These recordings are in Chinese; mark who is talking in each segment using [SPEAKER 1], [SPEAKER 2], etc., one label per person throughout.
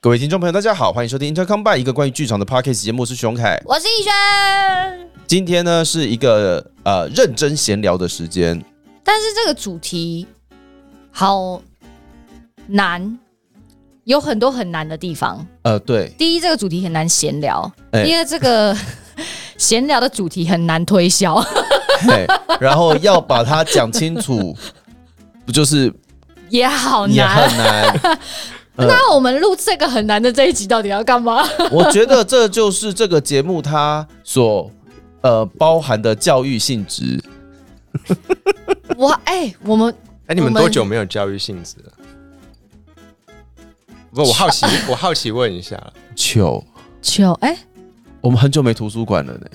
[SPEAKER 1] 各位听众朋友，大家好，欢迎收听 Intercom by 一个关于剧场的 podcast 节目，我是熊凯。
[SPEAKER 2] 我是逸轩。
[SPEAKER 1] 今天呢是一个呃认真闲聊的时间，
[SPEAKER 2] 但是这个主题好难，有很多很难的地方。
[SPEAKER 1] 呃，对，
[SPEAKER 2] 第一，这个主题很难闲聊；
[SPEAKER 1] 哎
[SPEAKER 2] 第二，这个 闲聊的主题很难推销。
[SPEAKER 1] 嘿然后要把它讲清 楚，不就是
[SPEAKER 2] 也好
[SPEAKER 1] 也
[SPEAKER 2] 难。
[SPEAKER 1] 很难？ 呃
[SPEAKER 2] 那我们录这个很难的这一集到底要干嘛？
[SPEAKER 1] 我觉得这就是这个节目它所呃包含的教育性质。
[SPEAKER 2] 我哎、我们
[SPEAKER 3] 哎，你们
[SPEAKER 2] 我们
[SPEAKER 3] 多久没有教育性质了？不，我好 奇，我好奇问一下，
[SPEAKER 1] 糗，
[SPEAKER 2] 就哎、
[SPEAKER 1] 我们很久没图书馆 了呢。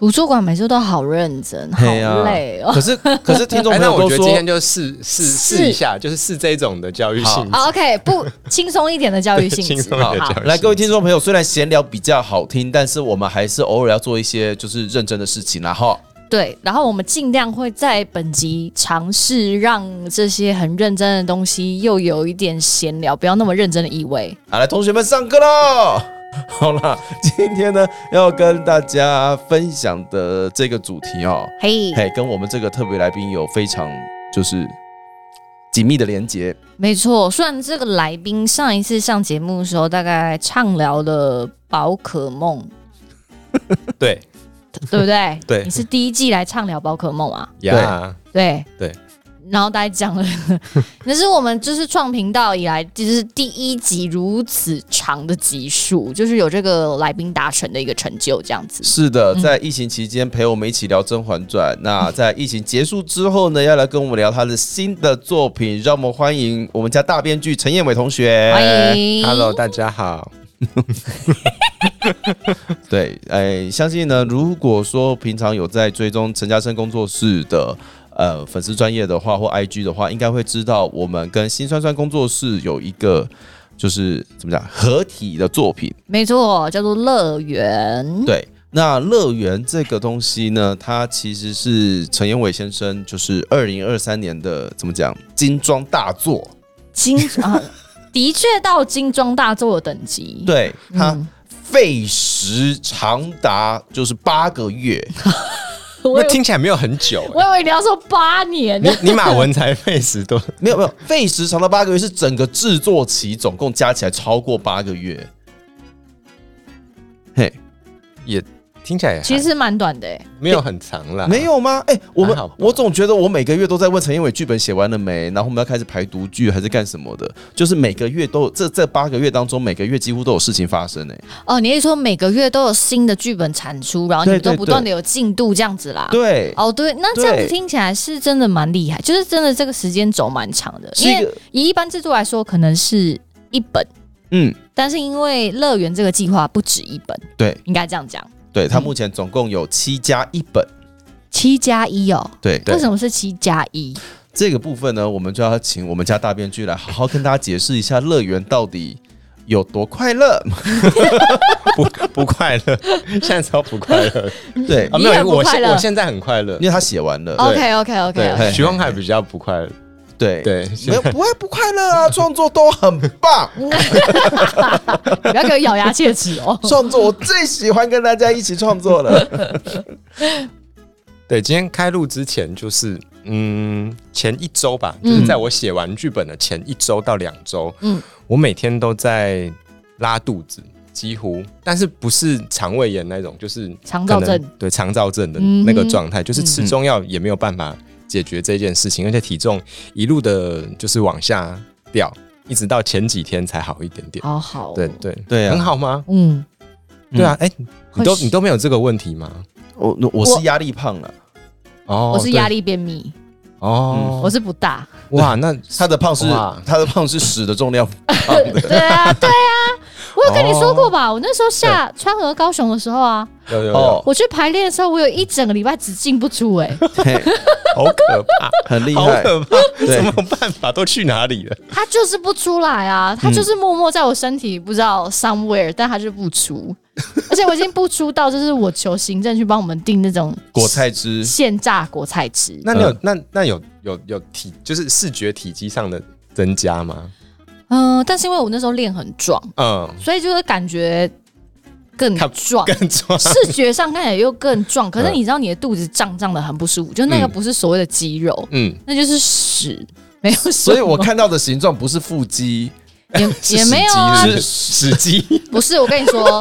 [SPEAKER 2] 图书馆每次都好认真，好
[SPEAKER 1] 嘿啊
[SPEAKER 2] 累哦。
[SPEAKER 1] 可是可是听众朋
[SPEAKER 3] 哎，那
[SPEAKER 1] 友
[SPEAKER 3] 我
[SPEAKER 1] 都
[SPEAKER 3] 觉得
[SPEAKER 1] 说
[SPEAKER 3] 今，天就试试试一下，就是试这种的教育性质，
[SPEAKER 2] 好 OK，不轻松一点的教育 性
[SPEAKER 3] 轻
[SPEAKER 2] 质，
[SPEAKER 3] 松一点的教育性质。
[SPEAKER 1] 来，各位听众朋友，虽然闲聊比较好听，但是我们还是偶尔要做一些就是认真的事情啦，哈。
[SPEAKER 2] 对，然后我们尽量会在本集尝试让这些很认真的东西又有一点闲聊，不要那么认真的意味。
[SPEAKER 1] 好，来，同学们上课喽！好啦，今天呢要跟大家分享的这个主题哦，
[SPEAKER 2] 嘿、
[SPEAKER 1] 嘿，跟我们这个特别来宾有非常就是紧密的连接。
[SPEAKER 2] 没错，虽然这个来宾上一次上节目的时候大概畅聊了宝可梦，
[SPEAKER 3] 对
[SPEAKER 2] 对不对？
[SPEAKER 3] 对
[SPEAKER 2] 你是第一季来畅聊宝可梦啊？
[SPEAKER 3] 呀，
[SPEAKER 2] 对
[SPEAKER 3] 对。
[SPEAKER 2] 然后大家讲了， 那是我们就是创频道以来，就是第一集如此长的集数，就是有这个来宾达成的一个成就，这样子。
[SPEAKER 1] 是的，
[SPEAKER 2] 嗯
[SPEAKER 1] 在疫情期间陪我们一起聊《甄嬛传》，那在疫情结束之后呢，要来跟我们聊他的新的作品，让我们欢迎我们家大编剧陈彦伟同学。
[SPEAKER 2] 欢迎
[SPEAKER 3] Hello，大家好。
[SPEAKER 1] 对，哎，相信呢，如果说平常有在追踪陈嘉生工作室的呃粉丝专业的话，或 IG 的话，应该会知道我们跟新酸酸工作室有一个就是怎么讲合体的作品。
[SPEAKER 2] 没错，叫做乐园。
[SPEAKER 1] 对，那乐园这个东西呢，它其实是陈彦伟先生就是二零二三年的怎么讲精装大作。
[SPEAKER 2] 精啊，的确到精装大作的等级。
[SPEAKER 1] 对，它
[SPEAKER 2] 嗯，
[SPEAKER 1] 费时长达就是八个月。
[SPEAKER 2] 我
[SPEAKER 3] 那
[SPEAKER 2] 以为
[SPEAKER 3] 听起来没有很久
[SPEAKER 2] 我
[SPEAKER 3] 欸，
[SPEAKER 2] 以为你要说八年
[SPEAKER 3] 你，你马文才费时多，
[SPEAKER 1] 没有没有，费时长达八个月是整个制作期总共加起来超过八个月。嘿，
[SPEAKER 3] 也听起来也还
[SPEAKER 2] 其实蛮短的欸。
[SPEAKER 3] 没有很长啦。
[SPEAKER 1] 没有吗？哎、我们
[SPEAKER 3] 还好吧
[SPEAKER 1] 我总觉得我每个月都在问陈彦伟剧本写完了没，然后我们要开始排读剧啊还是干什么的，就是每个月都有这这八个月当中，每个月几乎都有事情发生哎、
[SPEAKER 2] 哦，你是说每个月都有新的剧本产出，然后你
[SPEAKER 1] 对
[SPEAKER 2] 们
[SPEAKER 1] 对
[SPEAKER 2] 都不断的有进度这样子啦？
[SPEAKER 1] 对，
[SPEAKER 2] 哦，对，那这样子
[SPEAKER 1] 对
[SPEAKER 2] 听起来是真的蛮厉害，就是真的这个时间轴蛮长的。
[SPEAKER 1] 是
[SPEAKER 2] 因
[SPEAKER 1] 一
[SPEAKER 2] 为
[SPEAKER 1] 个
[SPEAKER 2] 以一般制作来说，可能是一本，
[SPEAKER 1] 嗯，
[SPEAKER 2] 但是因为乐园这个计划不止一本，
[SPEAKER 1] 对
[SPEAKER 2] 应该这样讲，
[SPEAKER 1] 对，他目前总共有七加一本，
[SPEAKER 2] 七加一哦。
[SPEAKER 1] 对
[SPEAKER 2] 为什么是七加一？
[SPEAKER 1] 这个部分呢，我们就要请我们家大编剧来好好跟大家解释一下乐园到底有多快乐。
[SPEAKER 3] 不不快乐， 现在超不快乐
[SPEAKER 1] 对
[SPEAKER 3] 啊！，
[SPEAKER 2] 你
[SPEAKER 3] 没
[SPEAKER 2] 很
[SPEAKER 3] 有，
[SPEAKER 2] 不
[SPEAKER 3] 我
[SPEAKER 2] 快
[SPEAKER 3] 现
[SPEAKER 2] 乐
[SPEAKER 3] 我现在很快乐
[SPEAKER 1] 因。为他写完了，
[SPEAKER 2] OK OK OK，
[SPEAKER 1] 对
[SPEAKER 3] 徐宏海比较不快乐，
[SPEAKER 1] 对
[SPEAKER 3] 对
[SPEAKER 1] 没有不会不快乐啊，创作都很 棒，。
[SPEAKER 2] 不要给我咬牙切齿哦
[SPEAKER 1] 创作我最喜欢跟大家一起创作 了。
[SPEAKER 3] 对，今天开录之前就是，嗯，前一周吧，
[SPEAKER 2] 嗯
[SPEAKER 3] 就是在我写完剧本的前一周到两周，
[SPEAKER 2] 嗯
[SPEAKER 3] 嗯，我每天都在拉肚子，几乎，但是不是肠胃炎那种，就是
[SPEAKER 2] 肠燥
[SPEAKER 3] 可能
[SPEAKER 2] 症，
[SPEAKER 3] 对，肠燥症的
[SPEAKER 2] 嗯哼
[SPEAKER 3] 那个状态，就是
[SPEAKER 1] 嗯
[SPEAKER 3] 吃中药也没有办法解决这件事情，而且体重一路的就是往下掉，一直到前几天才好一点点。
[SPEAKER 2] 好好，
[SPEAKER 3] 对，对
[SPEAKER 1] 对啊
[SPEAKER 3] 很好吗？
[SPEAKER 2] 嗯，
[SPEAKER 3] 对啊，哎、你都
[SPEAKER 2] 会
[SPEAKER 3] 你都没有这个问题吗？
[SPEAKER 1] 我我是压力胖了，
[SPEAKER 3] 哦，
[SPEAKER 2] 我是压
[SPEAKER 3] 力
[SPEAKER 2] 力嗯便秘，
[SPEAKER 3] 哦，
[SPEAKER 2] 我是不 大。
[SPEAKER 3] 哇，那
[SPEAKER 1] 他的胖是
[SPEAKER 3] 哇
[SPEAKER 1] 他的胖是屎的重量
[SPEAKER 3] 哦
[SPEAKER 1] 胖的。
[SPEAKER 2] 对啊，对啊，我有跟你说过吧？我那时候下川河高雄的时候啊，
[SPEAKER 3] 有有有
[SPEAKER 1] 哦
[SPEAKER 2] 我去排练的时候，我有一整个礼拜只进不出， 哎，
[SPEAKER 1] 嘿
[SPEAKER 3] 好可怕，
[SPEAKER 1] 很厉
[SPEAKER 3] 好
[SPEAKER 1] 害，
[SPEAKER 3] 可怕！
[SPEAKER 1] 对
[SPEAKER 3] 怎么办法？都去哪里了？
[SPEAKER 2] 他就是不出来
[SPEAKER 3] 嗯
[SPEAKER 2] 啊，他就是默默在我身体不知道 somewhere，但他就不出，而且我已经不出到就是我求行政去帮我们订那种
[SPEAKER 1] 果菜汁
[SPEAKER 2] 现榨果菜吃。
[SPEAKER 3] 那你有、
[SPEAKER 1] 嗯
[SPEAKER 3] 那那有有有体就是视觉体积上的增加吗？
[SPEAKER 2] 嗯、但是因为我那时候练很壮，
[SPEAKER 3] 嗯，
[SPEAKER 2] 所以就是感觉更
[SPEAKER 3] 看
[SPEAKER 2] 壮，
[SPEAKER 3] 更壮，
[SPEAKER 2] 视觉上看起来又更 壮。可是
[SPEAKER 3] 嗯
[SPEAKER 2] 你知道你的肚子胀胀的很不舒服，就那个
[SPEAKER 3] 嗯
[SPEAKER 2] 不是所谓的肌肉，
[SPEAKER 3] 嗯，
[SPEAKER 2] 那就是屎，没有什么。
[SPEAKER 1] 所以我看到的形状不是腹肌，
[SPEAKER 2] 也也
[SPEAKER 3] 是
[SPEAKER 2] 没有啊
[SPEAKER 3] 史基，是史基
[SPEAKER 2] 不是我跟你说，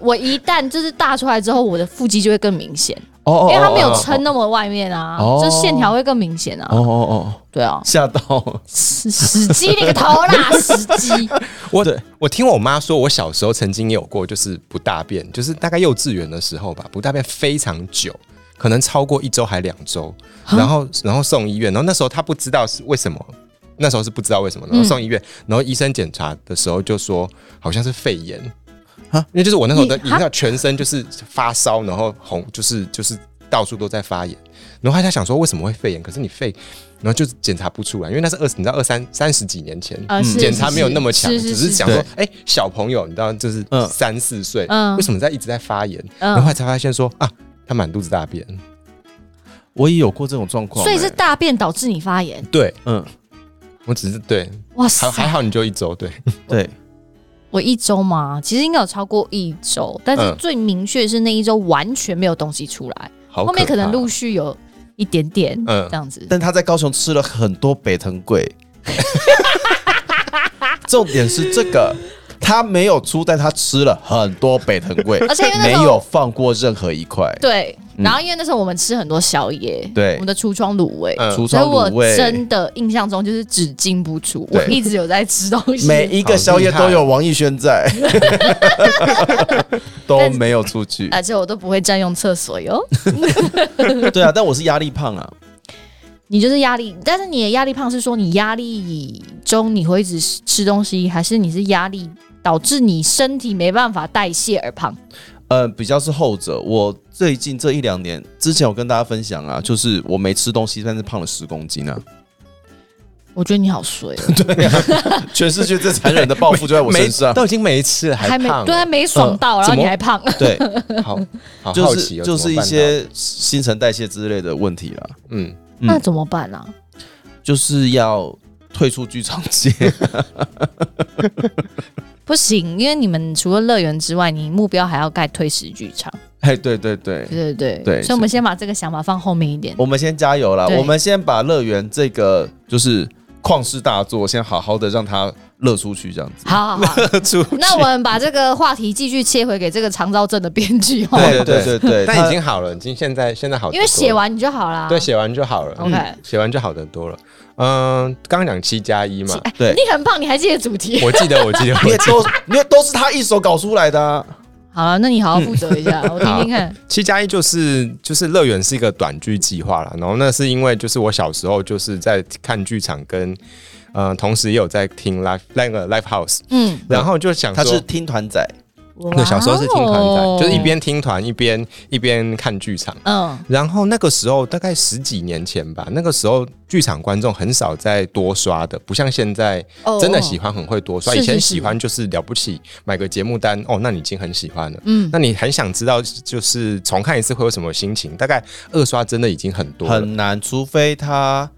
[SPEAKER 2] 我一旦就是大出来之后，我的腹肌就会更明显，
[SPEAKER 1] 哦
[SPEAKER 2] 因为它没有
[SPEAKER 1] 哦
[SPEAKER 2] 撑那么外面啊，
[SPEAKER 1] 哦
[SPEAKER 2] 就线条会更明显啊。
[SPEAKER 1] 哦哦，
[SPEAKER 2] 对啊，
[SPEAKER 1] 吓到，
[SPEAKER 2] 死死鸡你个头啦，死 鸡！
[SPEAKER 3] 我我听我妈说，我小时候曾经也有过，就是不大便，就是大概幼稚园的时候吧，不大便非常久，可能超过一周还两周，然后然后送医院，然后那时候她不知道是为什么。那时候是不知道为什么，然后送医院，然后医生检查的时候就说好像是肺炎，因为就是我那时候的，
[SPEAKER 2] 你
[SPEAKER 3] 你知道全身就是发烧，然后红就是就是到处都在发炎，然后他在想说为什么会肺炎，可是你肺，然后就是检查不出来，因为那是二十，你知道二三三十几年前，
[SPEAKER 2] 呃，是
[SPEAKER 3] 嗯检查没有那么强，
[SPEAKER 2] 是
[SPEAKER 3] 只
[SPEAKER 2] 是
[SPEAKER 3] 是
[SPEAKER 2] 是
[SPEAKER 3] 想说，哎、小朋友，你知道，就是
[SPEAKER 1] 嗯
[SPEAKER 3] 三四岁，
[SPEAKER 2] 嗯
[SPEAKER 3] 为什么在一直在发炎？然后后
[SPEAKER 2] 嗯
[SPEAKER 3] 来，才发现说啊，他满肚子大便。
[SPEAKER 1] 我也有过这种状况，
[SPEAKER 2] 所以是大便导致你发炎。
[SPEAKER 3] 对
[SPEAKER 1] 嗯，
[SPEAKER 3] 我只是对，
[SPEAKER 2] 哇
[SPEAKER 3] 还还
[SPEAKER 2] 塞，
[SPEAKER 3] 好你就一周， 对，
[SPEAKER 1] 对，
[SPEAKER 2] 我一周嘛，其实应该有超过一周，但是
[SPEAKER 3] 嗯
[SPEAKER 2] 最明确是那一周完全没有东西出来，
[SPEAKER 3] 好
[SPEAKER 2] 后面可能陆
[SPEAKER 3] 录，
[SPEAKER 2] 续有一点点
[SPEAKER 3] 嗯
[SPEAKER 2] 这样子。
[SPEAKER 1] 但他在高雄吃了很多北藤贵， 重点是这个。他没有出，但他吃了很多北藤贵，
[SPEAKER 2] 而且因为那
[SPEAKER 1] 没
[SPEAKER 2] 时候
[SPEAKER 1] 有放过任何一块。
[SPEAKER 2] 对，
[SPEAKER 1] 嗯
[SPEAKER 2] 然后因为那时候我们吃很多宵夜，
[SPEAKER 1] 对
[SPEAKER 2] 我们的橱窗卤味，
[SPEAKER 3] 嗯
[SPEAKER 1] 橱
[SPEAKER 2] 所
[SPEAKER 1] 窗
[SPEAKER 2] 以我
[SPEAKER 1] 卤味，
[SPEAKER 2] 真的印象中就是只进不出，我
[SPEAKER 1] 对
[SPEAKER 2] 一直有在吃东西。
[SPEAKER 1] 每一个宵夜都有王艺轩 在，都没有出去。
[SPEAKER 2] 而且我都不会占用厕所哟。
[SPEAKER 1] 对啊，但我是压力胖啊，
[SPEAKER 2] 你就是压力，但是你的压力胖是说你压力中你会一直吃东西，还是你是压力导致你身体没办法代谢而胖？
[SPEAKER 1] 呃，比较是后者。我最近这一两年，之前我跟大家分享啊，就是我没吃东西，但是胖了十公斤啊，
[SPEAKER 2] 我觉得你好衰哦，
[SPEAKER 1] 全世界最残忍的报复就在我身上。
[SPEAKER 3] 都已经没吃了，
[SPEAKER 2] 还没
[SPEAKER 3] 胖了，嗯
[SPEAKER 2] 对，还没啊爽到，然后
[SPEAKER 3] 怎么
[SPEAKER 2] 你还胖，
[SPEAKER 1] 对，
[SPEAKER 3] 好 好好
[SPEAKER 1] 就
[SPEAKER 3] 奇
[SPEAKER 1] 是
[SPEAKER 3] 哦，
[SPEAKER 1] 就是
[SPEAKER 3] 怎
[SPEAKER 1] 一
[SPEAKER 3] 么办到，
[SPEAKER 1] 些新陈代谢之类的问题啦，
[SPEAKER 3] 嗯，
[SPEAKER 1] 嗯
[SPEAKER 2] 那怎么办啊？
[SPEAKER 1] 就是要退出剧场 界。
[SPEAKER 2] 不行，因为你们除了乐园之外，你目标还要盖推石剧场。
[SPEAKER 1] 哎，对对对，
[SPEAKER 2] 对对对，
[SPEAKER 1] 对
[SPEAKER 2] 所以我们先把这个想法放后面一点。
[SPEAKER 1] 我们先加油啦！
[SPEAKER 2] 对
[SPEAKER 1] 我们先把乐园这个就是旷世大作，先好好的让它乐出去，这样子。
[SPEAKER 2] 好好好，
[SPEAKER 3] 出
[SPEAKER 2] 那我们把这个话题继续切回给这个肠燥症的编剧哦，
[SPEAKER 1] 对对对对，
[SPEAKER 3] 但
[SPEAKER 1] 它
[SPEAKER 3] 已经好了，已经现在现在好得多了，
[SPEAKER 2] 因为写完你就好啦。
[SPEAKER 3] 对，写完就好了
[SPEAKER 2] OK
[SPEAKER 3] 嗯写完就好得多了。嗯，刚刚讲七加一嘛，
[SPEAKER 1] 对
[SPEAKER 2] 你，很棒，你还记得主题。
[SPEAKER 3] 我记得，我记得，我
[SPEAKER 1] 因为
[SPEAKER 3] 记得
[SPEAKER 1] 都因为都是他一手搞出来的啊。
[SPEAKER 2] 好了，那你好好负责一 下，我听听看。
[SPEAKER 3] 七加一就是就是乐园是一个短剧计划啦，然后那是因为就是我小时候就是在看剧场跟，呃，同时也有在听 live 那个 live house，
[SPEAKER 2] 嗯，
[SPEAKER 3] 然后就想
[SPEAKER 1] 他是
[SPEAKER 3] 说，
[SPEAKER 1] 听团仔，
[SPEAKER 3] 对，小时候是听团
[SPEAKER 2] 哇哦
[SPEAKER 3] 仔，就是一边听团一边一边看剧场。
[SPEAKER 2] 嗯
[SPEAKER 3] 然后那个时候大概十几年前吧，那个时候剧场观众很少在多刷的，不像现在
[SPEAKER 2] 哦
[SPEAKER 3] 真的喜欢很会多刷。
[SPEAKER 2] 是
[SPEAKER 3] 以
[SPEAKER 2] 是
[SPEAKER 3] 前
[SPEAKER 2] 是
[SPEAKER 3] 喜欢就是了不起买个节目单哦，那你已经很喜欢了。
[SPEAKER 2] 嗯，
[SPEAKER 3] 那你很想知道，就是重看一次会有什么心情？大概二刷真的已经很多了，
[SPEAKER 1] 很难，除非他，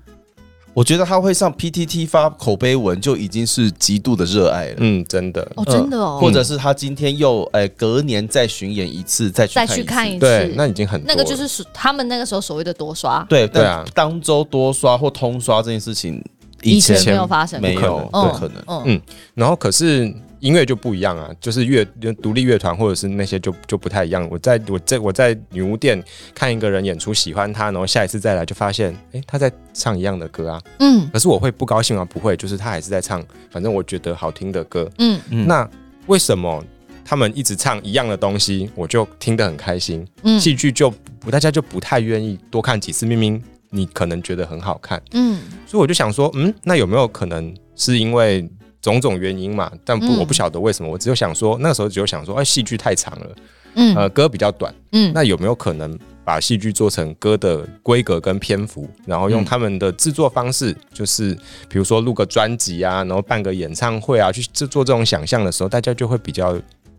[SPEAKER 1] 我觉得他会上 PTT 发口碑文，就已经是极度的热爱了。
[SPEAKER 3] 嗯，真的，
[SPEAKER 2] 哦，真的哦，
[SPEAKER 1] 嗯或者是他今天又哎、隔年再巡演一次，再去
[SPEAKER 2] 嗯再去看
[SPEAKER 1] 一次
[SPEAKER 2] 一
[SPEAKER 3] 对
[SPEAKER 2] 次，，
[SPEAKER 3] 那已经很多
[SPEAKER 2] 那
[SPEAKER 3] 了
[SPEAKER 2] 个就是属他们那个时候所谓的多刷，
[SPEAKER 1] 对，
[SPEAKER 3] 对
[SPEAKER 1] 但
[SPEAKER 3] 啊
[SPEAKER 1] 当周多刷或通刷这件事情，
[SPEAKER 2] 以
[SPEAKER 1] 前
[SPEAKER 2] 没有发生过，
[SPEAKER 1] 没有，
[SPEAKER 3] 不
[SPEAKER 1] 不
[SPEAKER 2] 嗯
[SPEAKER 1] 可能。
[SPEAKER 2] 嗯
[SPEAKER 3] 嗯然后可是音乐就不一样啊，就是乐独立乐团或者是那些就就不太一样。我在我在我在女巫店看一个人演出，喜欢他，然后下一次再来就发现，诶，他在唱一样的歌啊。
[SPEAKER 2] 嗯
[SPEAKER 3] 可是我会不高兴吗？不会，就是他还是在唱，反正我觉得好听的歌。
[SPEAKER 2] 嗯
[SPEAKER 1] 嗯
[SPEAKER 3] 那为什么他们一直唱一样的东西，我就听得很开心？
[SPEAKER 2] 嗯
[SPEAKER 3] 戏剧就不大家就不太愿意多看几次，明明你可能觉得很好看，
[SPEAKER 2] 嗯，
[SPEAKER 3] 所以我就想说，嗯，那有没有可能是因为种种原因嘛？但不、
[SPEAKER 2] 嗯
[SPEAKER 3] 我不晓得为什么，我只有想说，那时候只有想说，哎，戏剧太长了，
[SPEAKER 2] 嗯
[SPEAKER 3] 呃，歌比较短，
[SPEAKER 2] 嗯
[SPEAKER 3] 那有没有可能把戏剧做成歌的规格跟篇幅，然后用
[SPEAKER 1] 嗯
[SPEAKER 3] 他们的制作方式，就是比如说录个专辑啊，然后办个演唱会啊，去制做这种想象的时候，大家就会比较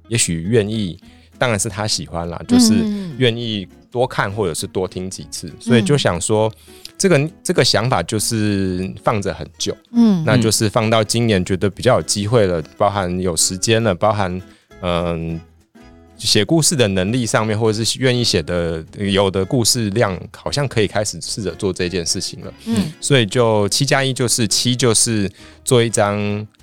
[SPEAKER 3] 也许愿意当然是他喜欢啦，就是
[SPEAKER 2] 嗯
[SPEAKER 3] 愿意多看或者是多听几次，所以就想说，这个这个想法就是放着很久，
[SPEAKER 2] 嗯
[SPEAKER 3] 那就是放到今年觉得比较有机会了，包含有时间了，包含嗯。写故事的能力上面，或者是愿意写的有的故事量，好像可以开始试着做这件事情了。
[SPEAKER 2] 嗯
[SPEAKER 3] 所以就七加一就是七，就是做一张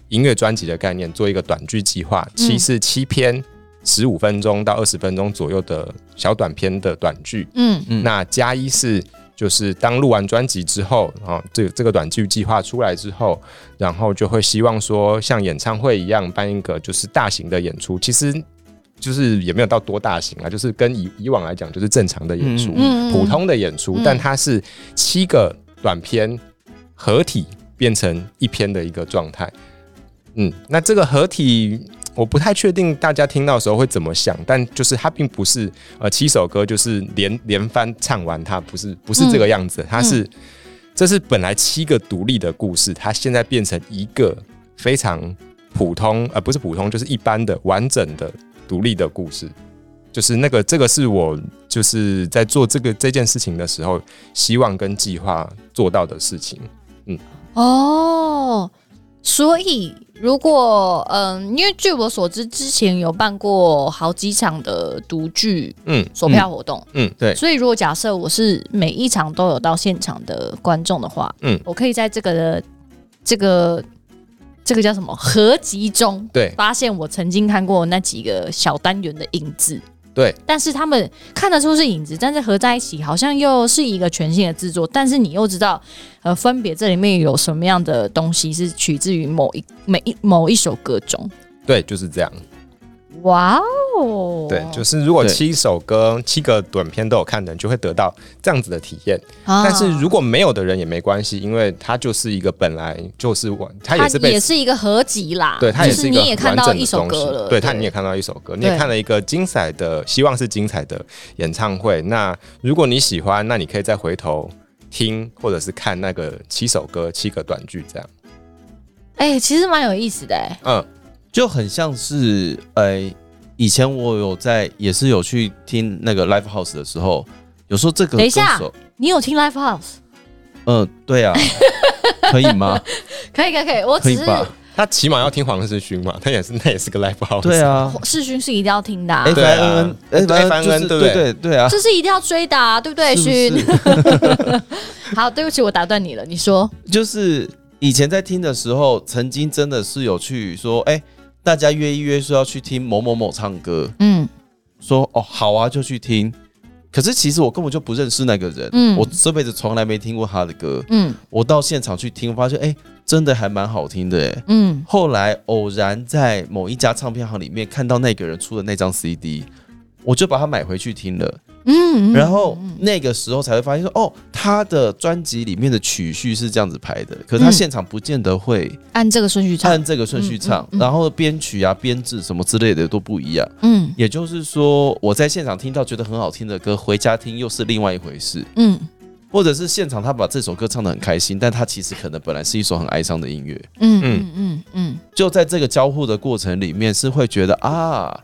[SPEAKER 3] 音乐专辑的概念，做一个短剧计划。七是七篇十五分钟到二十分钟左右的小短片的短剧。
[SPEAKER 2] 嗯
[SPEAKER 1] 嗯
[SPEAKER 3] 那加一是就是当录完专辑之后，啊、这个这个短剧计划出来之后，然后就会希望说像演唱会一样办一个就是大型的演出。其实。就是也没有到多大型啊，就是跟以以往来讲，就是正常的演出。
[SPEAKER 1] 嗯
[SPEAKER 2] 嗯
[SPEAKER 3] 普通的演出，
[SPEAKER 2] 嗯
[SPEAKER 3] 但它是七个短片合体变成一篇的一个状态。嗯，那这个合体我不太确定大家听到的时候会怎么想，但就是它并不是呃七首歌就是连连番唱完，它不是不是这个样子，它是这是本来七个独立的故事，它现在变成一个非常普通呃不是普通就是一般的完整的独立的故事。就是那个，这个是我就是在做这个这件事情的时候，希望跟计划做到的事情。
[SPEAKER 2] 哦，所以如果嗯，因为据我所知，之前有办过好几场的独剧
[SPEAKER 3] 嗯，
[SPEAKER 2] 索票活动，
[SPEAKER 3] 嗯嗯
[SPEAKER 1] 对
[SPEAKER 2] 所以如果假设我是每一场都有到现场的观众的话，
[SPEAKER 3] 嗯
[SPEAKER 2] 我可以在这个这个这个叫什么合集中。
[SPEAKER 3] 对
[SPEAKER 2] 发现我曾经看过那几个小单元的影子，
[SPEAKER 3] 对，
[SPEAKER 2] 但是他们看得出是影子，但是合在一起好像又是一个全新的制作，但是你又知道，呃，分别这里面有什么样的东西是取自于某一每一某一首歌中。
[SPEAKER 3] 对，就是这样。
[SPEAKER 2] 哇哦，
[SPEAKER 3] 对，就是如果
[SPEAKER 1] 对
[SPEAKER 3] 七首歌、七个短片都有看的人，就会得到这样子的体验。
[SPEAKER 2] 啊
[SPEAKER 3] 但是如果没有的人也没关系，因为它就是一个本来就是完，它也是
[SPEAKER 2] 它
[SPEAKER 3] 被
[SPEAKER 2] 也是一个合集啦，
[SPEAKER 3] 对，它
[SPEAKER 2] 就
[SPEAKER 3] 也
[SPEAKER 2] 是
[SPEAKER 3] 一
[SPEAKER 2] 你
[SPEAKER 3] 个
[SPEAKER 2] 也看
[SPEAKER 3] 完
[SPEAKER 2] 到
[SPEAKER 3] 整
[SPEAKER 2] 一
[SPEAKER 3] 的
[SPEAKER 2] 首
[SPEAKER 3] 东
[SPEAKER 2] 歌
[SPEAKER 3] 西
[SPEAKER 2] 了，，
[SPEAKER 3] 对，它你也看到一首歌，你也
[SPEAKER 2] 对
[SPEAKER 3] 看了一个精彩的，希望是精彩的演唱会。那如果你喜欢，那你可以再回头听或者是看那个七首歌、七个短剧这样。
[SPEAKER 2] 哎、其实蛮有意思的、哎，
[SPEAKER 3] 嗯，
[SPEAKER 1] 就很像是呃，以前我有在也是有去听那个 live house 的时候，有时候这个
[SPEAKER 2] 等一下
[SPEAKER 1] 歌手，
[SPEAKER 2] 你有听 Live House？
[SPEAKER 1] 嗯、对 啊，可以吗？
[SPEAKER 2] 可以可以可以，我
[SPEAKER 1] 可
[SPEAKER 2] 哦只
[SPEAKER 1] 以
[SPEAKER 2] 是
[SPEAKER 1] 吧？
[SPEAKER 3] 他起码要听黄世勋嘛，他也是那哦也是个 live house。
[SPEAKER 1] 对，啊
[SPEAKER 2] 世勋是一定要听的、啊。
[SPEAKER 1] ，F
[SPEAKER 3] 对
[SPEAKER 1] I
[SPEAKER 3] 啊
[SPEAKER 1] N N
[SPEAKER 3] 对
[SPEAKER 1] F I
[SPEAKER 3] FIN
[SPEAKER 1] N
[SPEAKER 3] 对
[SPEAKER 1] 对
[SPEAKER 3] 不对
[SPEAKER 1] 对对啊，
[SPEAKER 2] 这是一定要追的、啊，对不对，
[SPEAKER 1] 是不
[SPEAKER 2] 勋？
[SPEAKER 1] 是？
[SPEAKER 2] 好，对不起，我打断你了。你说，
[SPEAKER 1] 就是以前在听的时候，曾经真的是有去说，哎、大家约一约说要去听某某某唱歌，
[SPEAKER 2] 嗯
[SPEAKER 1] 说哦好啊就去听。可是其实我根本就不认识那个人，
[SPEAKER 2] 嗯
[SPEAKER 1] 我这辈子从来没听过他的歌。
[SPEAKER 2] 嗯
[SPEAKER 1] 我到现场去听，发现哎、真的还蛮好听的哎。
[SPEAKER 2] 嗯，
[SPEAKER 1] 后来偶然在某一家唱片行里面看到那个人出的那张 CD，我就把它买回去听了。
[SPEAKER 2] 嗯，
[SPEAKER 1] 然后那个时候才会发现说，哦，他的专辑里面的曲序是这样子排的，可是他
[SPEAKER 2] 嗯
[SPEAKER 1] 现场不见得会
[SPEAKER 2] 按这个顺序唱，
[SPEAKER 1] 按这个顺序唱，
[SPEAKER 2] 嗯嗯嗯
[SPEAKER 1] 然后编曲啊、编制什么之类的都不一样。
[SPEAKER 2] 嗯
[SPEAKER 1] 也就是说，我在现场听到觉得很好听的歌，回家听又是另外一回事，
[SPEAKER 2] 嗯
[SPEAKER 1] 或者是现场他把这首歌唱得很开心，但他其实可能本来是一首很哀伤的音乐。
[SPEAKER 2] 嗯嗯嗯嗯
[SPEAKER 1] 就在这个交互的过程里面，是会觉得啊，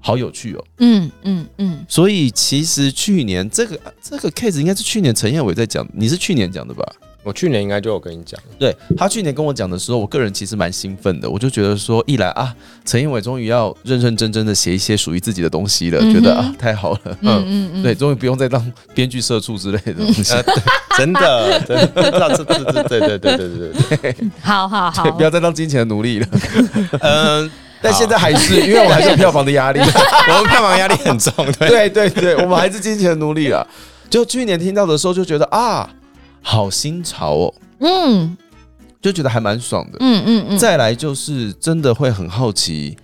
[SPEAKER 1] 好有趣哦。
[SPEAKER 2] 嗯嗯嗯，
[SPEAKER 1] 所以其实去年这个这个 case 应该是去年陈彦伟在讲，你是去年讲的吧？
[SPEAKER 3] 我去年应该就有跟你讲，
[SPEAKER 1] 对他去年跟我讲的时候，我个人其实蛮兴奋的，我就觉得说，一来啊，陈彦伟终于要认认真真的写一些属于自己的东西了，
[SPEAKER 2] 嗯哼
[SPEAKER 1] 觉得啊太好了，
[SPEAKER 2] 嗯
[SPEAKER 1] 嗯，
[SPEAKER 2] 嗯嗯，
[SPEAKER 1] 对，，终于不用再当编剧社畜之类的东 西，
[SPEAKER 3] 呃，对真的，真的，不知道这这这对对对对对对，
[SPEAKER 2] 好好好
[SPEAKER 1] 对，，不要再当金钱的奴隶了。
[SPEAKER 3] 嗯，
[SPEAKER 1] 但现在还是，因为我们还是有票房的压力，
[SPEAKER 3] 我们票房压力很重，对，
[SPEAKER 1] 对对 对，我们还是金钱的奴隶啊。就去年听到的时候，就觉得啊，好新潮哦，
[SPEAKER 2] 嗯
[SPEAKER 1] 就觉得还蛮爽的。
[SPEAKER 2] 嗯嗯嗯，
[SPEAKER 1] 再来就是真的会很好奇，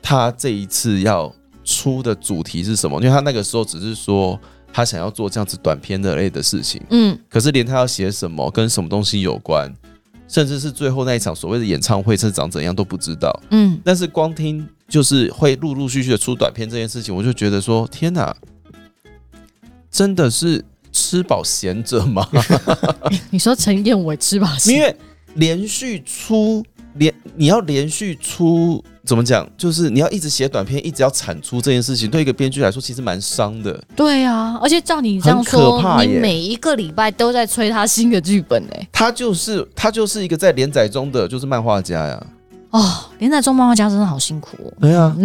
[SPEAKER 1] 他这一次要出的主题是什么？因为他那个时候只是说他想要做这样子短片的类的事情，
[SPEAKER 2] 嗯
[SPEAKER 1] 可是连他要写什么、跟什么东西有关，甚至是最后那一场所谓的演唱会是长怎样都不知道。
[SPEAKER 2] 嗯
[SPEAKER 1] 但是光听就是会陆陆续续的出短片这件事情，我就觉得说，天哪，真的是吃饱闲着吗？
[SPEAKER 2] 你说陈彦伟吃吧，
[SPEAKER 1] 因为连续出连你要连续出怎么讲，就是你要一直写短片，一直要产出这件事情，对一个编剧来说其实蛮伤的。
[SPEAKER 2] 对啊，而且照你这样
[SPEAKER 1] 很可
[SPEAKER 2] 说，
[SPEAKER 1] 怕
[SPEAKER 2] 你
[SPEAKER 1] 耶
[SPEAKER 2] 每一个礼拜都在催他新的剧本哎、
[SPEAKER 1] 他就是他就是一个在连载中的就是漫画家 呀，
[SPEAKER 2] 哦，连载中漫画家真的好辛苦哦。
[SPEAKER 1] 对呀，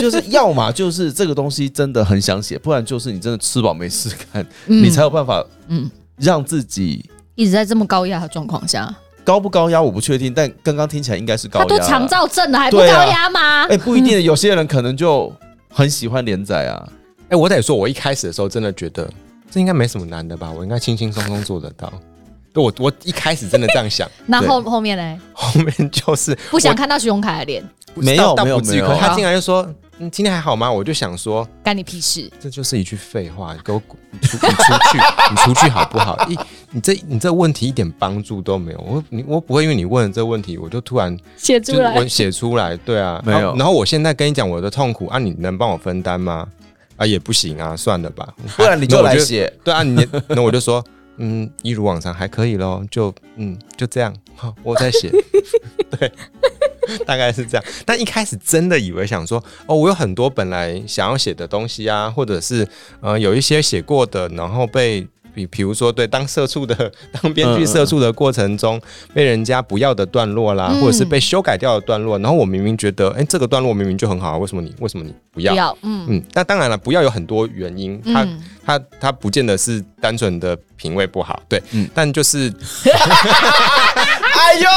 [SPEAKER 1] 就是要么就是这个东西真的很想写，不然就是你真的吃饱没事干，
[SPEAKER 2] 嗯
[SPEAKER 1] 你才有办法
[SPEAKER 2] 嗯
[SPEAKER 1] 让自己
[SPEAKER 2] 一直在这么高压的状况下，
[SPEAKER 1] 高不高压我不确定，但刚刚听起来应该是高
[SPEAKER 2] 他
[SPEAKER 1] 压啦。啊
[SPEAKER 2] 都肠燥症了还不高
[SPEAKER 1] 对啊
[SPEAKER 2] 压吗？
[SPEAKER 1] 哎、不一定，有些人可能就很喜欢连载 啊。
[SPEAKER 3] 哎、我得说，我一开始的时候真的觉得这应该没什么难的吧，我应该轻轻松松做得到。对我我一开始真的这样想，
[SPEAKER 2] 那后后面呢？
[SPEAKER 3] 后面就是
[SPEAKER 2] 不想看到徐荣凯的脸，
[SPEAKER 1] 没有
[SPEAKER 3] 倒
[SPEAKER 1] 没有
[SPEAKER 3] 不至
[SPEAKER 1] 没
[SPEAKER 3] 于
[SPEAKER 1] 有
[SPEAKER 3] 可是他竟然就说：“嗯，今天还好吗？”我就想说，
[SPEAKER 2] 干你屁事！
[SPEAKER 3] 这就是一句废话，你给我滚你出你出去，你出去好不好？一你这你这问题一点帮助都没有，我你我不会因为你问了这问题，我就突然
[SPEAKER 2] 写
[SPEAKER 3] 就是我写出来，对啊，
[SPEAKER 1] 没有
[SPEAKER 3] 然后然后我现在跟你讲我的痛苦啊，你能帮我分担吗？啊，也不行啊，算了吧，
[SPEAKER 1] 不然你
[SPEAKER 3] 那
[SPEAKER 1] 就
[SPEAKER 3] 我
[SPEAKER 1] 来写，
[SPEAKER 3] 对啊，你 那我就说，嗯，一如往常，还可以咯，就嗯就这样， 好，我在写，对， 大概是这样。但一开始真的以为想说，哦，我有很多本来想要写的东西啊，或者是呃有一些写过的，然后被。比比如说，对当社畜的当编剧社畜的过程中，被人家不要的段落啦，
[SPEAKER 2] 嗯
[SPEAKER 3] 或者是被修改掉的段落，然后我明明觉得，哎、这个段落明明就很好啊，为什么你为什么你不
[SPEAKER 2] 不
[SPEAKER 3] 要？
[SPEAKER 2] 要，嗯
[SPEAKER 3] 嗯，那当然了，不要有很多原因，它
[SPEAKER 2] 嗯，
[SPEAKER 3] 他他不见得是单纯的品味不好，对，
[SPEAKER 1] 嗯
[SPEAKER 3] 但就是
[SPEAKER 1] 哎呦，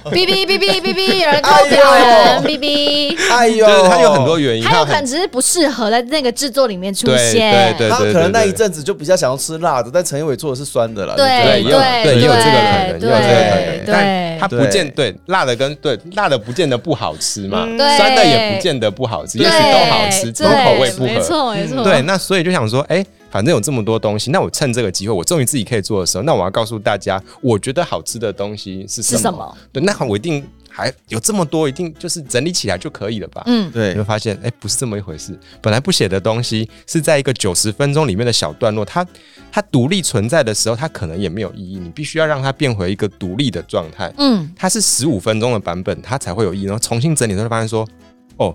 [SPEAKER 2] 哔哔哔哔哔哔，有人扣表人，哔哔。
[SPEAKER 1] 哎呦
[SPEAKER 3] 就是他有很多原因，
[SPEAKER 2] 他有
[SPEAKER 3] 他
[SPEAKER 2] 可能
[SPEAKER 3] 很
[SPEAKER 2] 只是不适合在那个制作里面出
[SPEAKER 3] 对
[SPEAKER 2] 现
[SPEAKER 3] 对，对，
[SPEAKER 1] 他
[SPEAKER 3] 对
[SPEAKER 1] 可能那一。
[SPEAKER 3] 对对
[SPEAKER 1] 阵子就比较想要吃辣的，但陈彦伟做的是酸的啦。
[SPEAKER 2] 对
[SPEAKER 3] 对，
[SPEAKER 1] 你知
[SPEAKER 3] 也有
[SPEAKER 1] 道吗
[SPEAKER 2] 对
[SPEAKER 3] 对，也有这个可能，也有
[SPEAKER 2] 对
[SPEAKER 3] 这个可能，
[SPEAKER 2] 对
[SPEAKER 3] 但他不
[SPEAKER 1] 对嗯
[SPEAKER 3] 见对辣的跟对辣的不见得不好吃嘛，
[SPEAKER 2] 对
[SPEAKER 3] 酸的也不见得不好吃，
[SPEAKER 2] 对
[SPEAKER 3] 也许都好吃，只是
[SPEAKER 2] 对
[SPEAKER 3] 口味不
[SPEAKER 2] 没
[SPEAKER 3] 合。嗯
[SPEAKER 2] 错没错，
[SPEAKER 3] 对，那所以就想说，哎，反正有这么多东西，那我趁这个机会，我终于自己可以做的时候，那我要告诉大家，我觉得好吃的东西是
[SPEAKER 2] 是
[SPEAKER 3] 什
[SPEAKER 2] 什
[SPEAKER 3] 么。
[SPEAKER 2] 么？
[SPEAKER 3] 对，那我一定还有这么多，一定就是整理起来就可以了吧？
[SPEAKER 2] 嗯，
[SPEAKER 1] 对
[SPEAKER 3] 你会发现，哎、不是这么一回事。本来不写的东西，是在一个九十分钟里面的小段落，它它独立存在的时候，它可能也没有意义。你必须要让它变回一个独立的状态。
[SPEAKER 2] 嗯，
[SPEAKER 3] 它是十五分钟的版本，它才会有意义。然后重新整理，之后发现说，哦，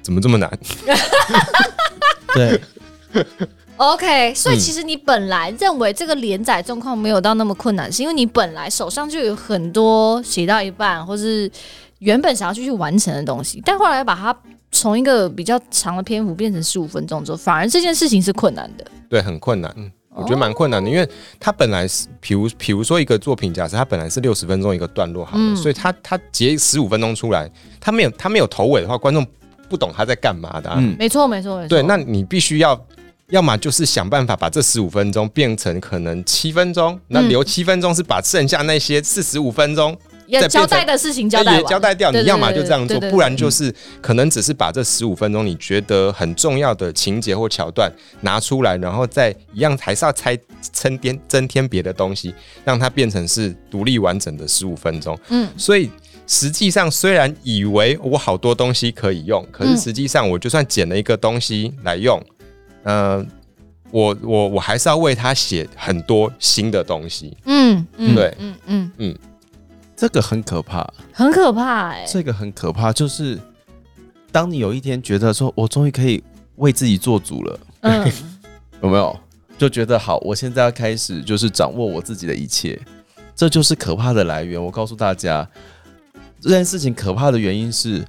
[SPEAKER 3] 怎么这么难？
[SPEAKER 1] 对
[SPEAKER 2] OK，所以
[SPEAKER 3] 嗯
[SPEAKER 2] 其实你本来认为这个连载状况没有到那么困难，是因为你本来手上就有很多写到一半，或是原本想要继续完成的东西，但后来把它从一个比较长的篇幅变成十五分钟之后，反而这件事情是困难的。
[SPEAKER 3] 对，很困难。嗯我觉得蛮困难的，因为它本来是，比如比如说一个作品，假设它本来是六十分钟一个段落好了，
[SPEAKER 2] 嗯
[SPEAKER 3] 所以它它截十五分钟出来，它没有它没有头尾的话，观众不懂他在干嘛的、啊。
[SPEAKER 1] 嗯，
[SPEAKER 2] 没错，没错，没错。
[SPEAKER 3] 对，那你必须要，要么就是想办法把这十五分钟变成可能七分钟，那
[SPEAKER 2] 嗯
[SPEAKER 3] 留七分钟是把剩下那些四十五分钟
[SPEAKER 2] 也
[SPEAKER 3] 再变成
[SPEAKER 2] 交代的事情交
[SPEAKER 3] 也
[SPEAKER 2] 代完
[SPEAKER 3] 哎也交代掉。
[SPEAKER 2] 对
[SPEAKER 3] 你
[SPEAKER 2] 对
[SPEAKER 3] 要么
[SPEAKER 2] 对
[SPEAKER 3] 就这样做
[SPEAKER 2] 对对，对
[SPEAKER 3] 不然就是可能只是把这十五分钟你觉得很重要的情节或桥段拿出来，然后再一样还是要拆增添增添别的东西，让它变成是独立完整的十五分钟。
[SPEAKER 2] 嗯，
[SPEAKER 3] 所以实际上虽然以为我好多东西可以用，
[SPEAKER 2] 嗯
[SPEAKER 3] 可是实际上我就算捡了一个东西来用，呃，我我我还是要为它写很多新的东西。
[SPEAKER 2] 嗯嗯，
[SPEAKER 3] 对
[SPEAKER 2] 嗯嗯，
[SPEAKER 1] 这个很可怕，
[SPEAKER 2] 很可怕 哎、
[SPEAKER 1] 这个很可怕，就是当你有一天觉得说我终于可以为自己做主了，
[SPEAKER 2] 嗯，
[SPEAKER 1] 有没有？就觉得好，我现在要开始就是掌握我自己的一切，这就是可怕的来源。我告诉大家，这件事情可怕的原因是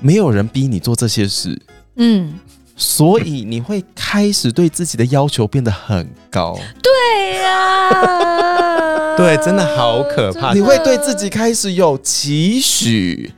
[SPEAKER 1] 没有人逼你做这些事，
[SPEAKER 2] 嗯，
[SPEAKER 1] 所以你会开始对自己的要求变得很高，
[SPEAKER 2] 对呀、
[SPEAKER 3] 对真的好可
[SPEAKER 2] 啊
[SPEAKER 3] 怕
[SPEAKER 1] 你会对自己开始有期许。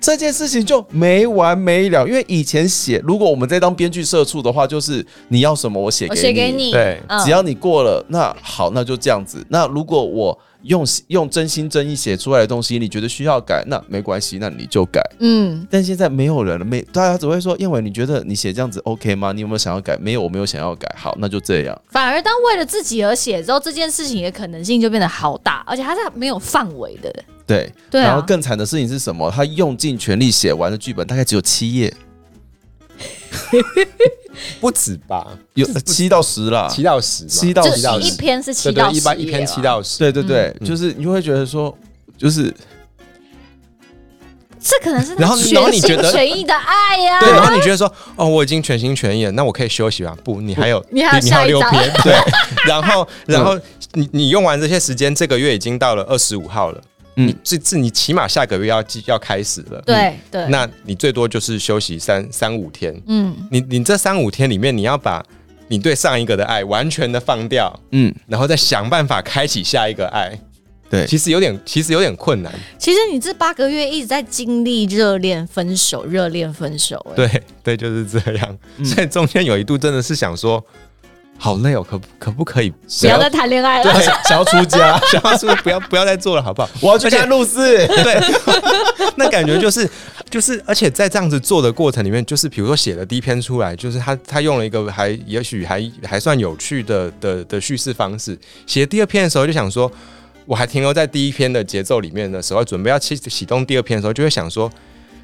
[SPEAKER 1] 这件事情就没完没了，因为以前写，如果我们在当编剧社畜的话，就是你要什么我写
[SPEAKER 2] 我
[SPEAKER 1] 给你，
[SPEAKER 2] 写给你，
[SPEAKER 3] 对
[SPEAKER 2] 嗯
[SPEAKER 1] 只要你过了，那好，那就这样子。那如果我用用真心真意写出来的东西，你觉得需要改，那没关系，那你就改。
[SPEAKER 2] 嗯
[SPEAKER 1] 但现在没有人了，没大家只会说，燕伟，你觉得你写这样子 OK 吗？你有没有想要改？没有，我没有想要改。好，那就这样。
[SPEAKER 2] 反而当为了自己而写之后，这件事情的可能性就变得好大，而且它是没有范围的。
[SPEAKER 1] 对，
[SPEAKER 2] 对啊
[SPEAKER 1] 然后更惨的事情是什么？他用尽全力写完的剧本大概只有七页，
[SPEAKER 3] 不止吧，
[SPEAKER 1] 有呃七到十啦，
[SPEAKER 3] 七到十嘛，
[SPEAKER 1] 七到
[SPEAKER 2] 就
[SPEAKER 1] 十
[SPEAKER 2] 是一篇是七
[SPEAKER 3] 对
[SPEAKER 2] 到十页啊
[SPEAKER 3] 对，一
[SPEAKER 2] 吧，
[SPEAKER 3] 般一篇七到十，
[SPEAKER 1] 对对对，
[SPEAKER 3] 嗯
[SPEAKER 1] 就是你会觉得说，就是
[SPEAKER 2] 这可能是他
[SPEAKER 3] 然后然后
[SPEAKER 2] 全
[SPEAKER 3] 你觉
[SPEAKER 2] 心
[SPEAKER 3] 得
[SPEAKER 2] 全意的爱呀、
[SPEAKER 3] 对，然后你觉得说，哦，我已经全心全意了，那我可以休息吧？不，你还有，
[SPEAKER 2] 你还有
[SPEAKER 3] 你还
[SPEAKER 2] 下一
[SPEAKER 3] 有六
[SPEAKER 2] 章
[SPEAKER 3] 篇，对。然后，然后你你用完这些时间，这个月已经到了二十五号了，
[SPEAKER 1] 嗯
[SPEAKER 3] 嗯，这这你起码下个月要记要开始了，
[SPEAKER 2] 对对，
[SPEAKER 3] 那你最多就是休息三三五天。
[SPEAKER 2] 嗯，
[SPEAKER 3] 你你这三五天里面，你要把你对上一个的爱完全的放掉，
[SPEAKER 1] 嗯，
[SPEAKER 3] 然后再想办法开启下一个爱。
[SPEAKER 1] 对
[SPEAKER 3] 其实有点，其实有点困难。
[SPEAKER 2] 其实你这八个月一直在经历热恋、分手、热恋、分手、哎，
[SPEAKER 3] 对对，就是这样。
[SPEAKER 1] 嗯
[SPEAKER 3] 所以中间有一度真的是想说，好累哦，可不可不可以
[SPEAKER 2] 不要再谈恋爱
[SPEAKER 1] 对
[SPEAKER 2] 了。
[SPEAKER 1] 想要出家，
[SPEAKER 3] 想要说不要不要再做了，好不好？
[SPEAKER 1] 我要去看 露丝。
[SPEAKER 3] 对， 那感觉就是就是，而且在这样子做的过程里面，就是比如说写了第一篇出来，就是他他用了一个还也许还还算有趣的的的叙事方式，写第二篇的时候就想说，我还停留在第一篇的节奏里面的时候，准备要启启动第二篇的时候，就会想说。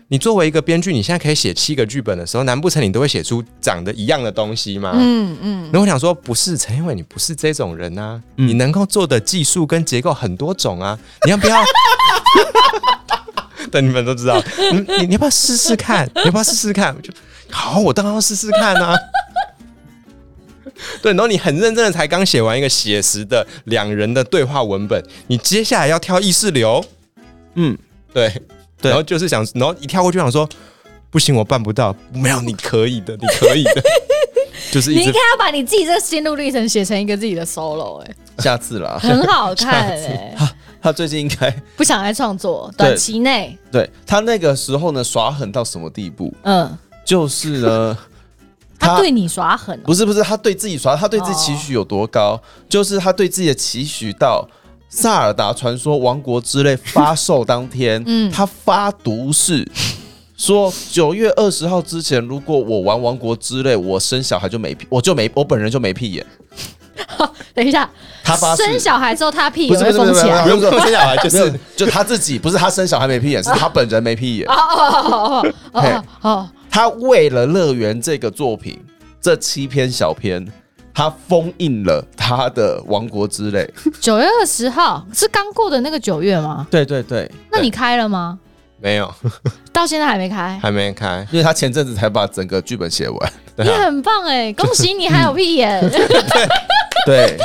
[SPEAKER 3] 你作为一个编剧，你现在可以写七个剧本的时候，难不成你都会写出长得一样的东西吗？
[SPEAKER 2] 嗯嗯，
[SPEAKER 3] 然后我想说，不是陈因为你不是这种人啊，
[SPEAKER 1] 嗯
[SPEAKER 3] 你能够做的技术跟结构很多种啊， 你要不要？对，你们都知道，你你你要不要试试看？你要不要试试看？我就好，我当然要试试看啊。 对，然后你很认真的才刚写完一个写实的两人的对话文本，你接下来要跳意识流，
[SPEAKER 1] 嗯，
[SPEAKER 3] 对，
[SPEAKER 1] 对
[SPEAKER 3] 然后就是想，然后一跳过去想说，不行，我办不到，没有，你可以的，你可 以的，就是
[SPEAKER 2] 你
[SPEAKER 3] 一
[SPEAKER 2] 应
[SPEAKER 3] 直
[SPEAKER 2] 该要把你自己这心路历程写成一个自己的 solo，哎、
[SPEAKER 1] 下次啦，
[SPEAKER 2] 很好看哎、
[SPEAKER 1] 他最近应该
[SPEAKER 2] 不想再创作，
[SPEAKER 1] 对
[SPEAKER 2] 短期内，
[SPEAKER 1] 对他那个时候呢耍狠到什么地步？
[SPEAKER 2] 嗯，
[SPEAKER 1] 就是呢，
[SPEAKER 2] 他对你耍狠、哦，
[SPEAKER 1] 不是不是他对自己耍，他对自己期许有多高？就是他对自己的期许到。萨尔达传说王国之泪发售当天，
[SPEAKER 2] 嗯
[SPEAKER 1] 他发毒誓说九月二十号之前，如果我玩王国之泪，我生小孩就没屁，我就没我本人就没屁眼。
[SPEAKER 2] 等一下，
[SPEAKER 1] 他发誓
[SPEAKER 2] 生小孩之后，他屁
[SPEAKER 1] 不
[SPEAKER 2] 也
[SPEAKER 1] 是
[SPEAKER 2] 会
[SPEAKER 1] 不是
[SPEAKER 2] 封
[SPEAKER 1] 不是
[SPEAKER 2] 起来
[SPEAKER 1] 不。是
[SPEAKER 3] 不用生小孩就是
[SPEAKER 1] 没有就他自己，不是他生小孩没屁眼，是他本人没屁眼
[SPEAKER 2] 哦。哦哦哦
[SPEAKER 1] 嘿
[SPEAKER 2] 哦哦！
[SPEAKER 1] 他为了《乐园》这个作品，这七篇小篇，他封印了他的王国之泪。
[SPEAKER 2] 九月二十号是刚过的那个九月吗？
[SPEAKER 1] 对对对，
[SPEAKER 2] 那你开了吗？
[SPEAKER 3] 没有，
[SPEAKER 2] 到现在还没开，
[SPEAKER 3] 还没开。
[SPEAKER 1] 因为他前阵子才把整个剧本写完。
[SPEAKER 3] 对
[SPEAKER 2] 你
[SPEAKER 3] 啊，
[SPEAKER 2] 很棒哎、恭喜
[SPEAKER 1] 嗯
[SPEAKER 2] 你还有屁 眼。
[SPEAKER 1] 对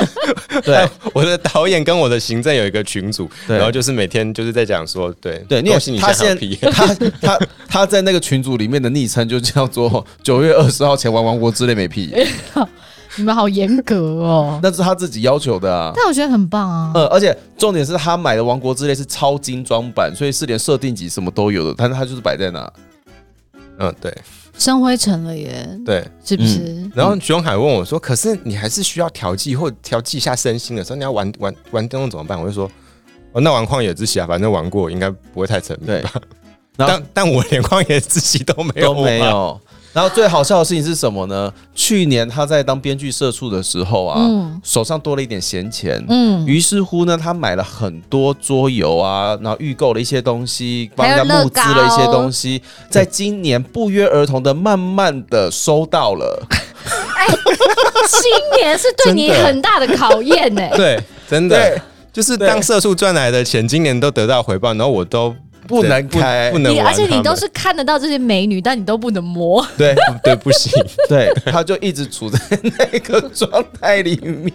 [SPEAKER 1] 对
[SPEAKER 3] 我的导演跟我的行政有一个群组，
[SPEAKER 1] 对
[SPEAKER 3] 然后就是每天就是在讲说，对
[SPEAKER 1] 对，你也
[SPEAKER 3] 恭喜你
[SPEAKER 1] 哦他
[SPEAKER 3] 下好
[SPEAKER 1] 现。
[SPEAKER 3] 皮
[SPEAKER 1] 他 他他在那个群组里面的昵称就叫 做“九月二十号前玩王国之泪没屁眼
[SPEAKER 2] 你们好严格”，哦。
[SPEAKER 1] 那是他自己要求的啊。
[SPEAKER 2] 但我觉得很棒啊，
[SPEAKER 1] 呃，而且重点是他买的《王国之泪》是超精装版，所以是连设定集什么都有的，但是他就是摆在那。
[SPEAKER 3] 嗯，对
[SPEAKER 2] 生灰尘了耶，
[SPEAKER 3] 对。
[SPEAKER 2] 是不是？
[SPEAKER 3] 然
[SPEAKER 1] 嗯
[SPEAKER 3] 后熊海问我说：“可是你还是需要调剂或调剂一下身心的时候，你要玩玩玩电动怎么办？”我就说：“哦，那玩旷野之息啊，反正玩过应该不会太沉迷。
[SPEAKER 1] 对，然后
[SPEAKER 3] 但但我连旷野之息都没有啊
[SPEAKER 1] 都没
[SPEAKER 3] 玩。
[SPEAKER 1] 有。然后最好笑的事情是什么呢？去年他在当编剧社畜的时候啊，
[SPEAKER 2] 嗯
[SPEAKER 1] 手上多了一点闲钱。
[SPEAKER 2] 嗯，
[SPEAKER 1] 于是乎呢，他买了很多桌游啊，然后预购了一些东西，帮
[SPEAKER 2] 还有
[SPEAKER 1] 人家募资了一些
[SPEAKER 2] 乐高
[SPEAKER 1] 东西，在今年不约而同的慢慢的收到 了。
[SPEAKER 2] 新年是对你
[SPEAKER 3] 真的
[SPEAKER 2] 很大的考 验呢、
[SPEAKER 3] 对，真
[SPEAKER 1] 对
[SPEAKER 3] 的就是当社畜赚来的钱，今年都得到回报，然后我都
[SPEAKER 1] 不能
[SPEAKER 3] 不
[SPEAKER 1] 开
[SPEAKER 3] 不能
[SPEAKER 2] 你
[SPEAKER 3] 玩
[SPEAKER 2] 而且
[SPEAKER 3] 它
[SPEAKER 2] 你
[SPEAKER 3] 们
[SPEAKER 2] 都是看得到这些美女，但你都不能摸。
[SPEAKER 3] 对对不行。
[SPEAKER 1] 对，他就一直处在那个状态里面。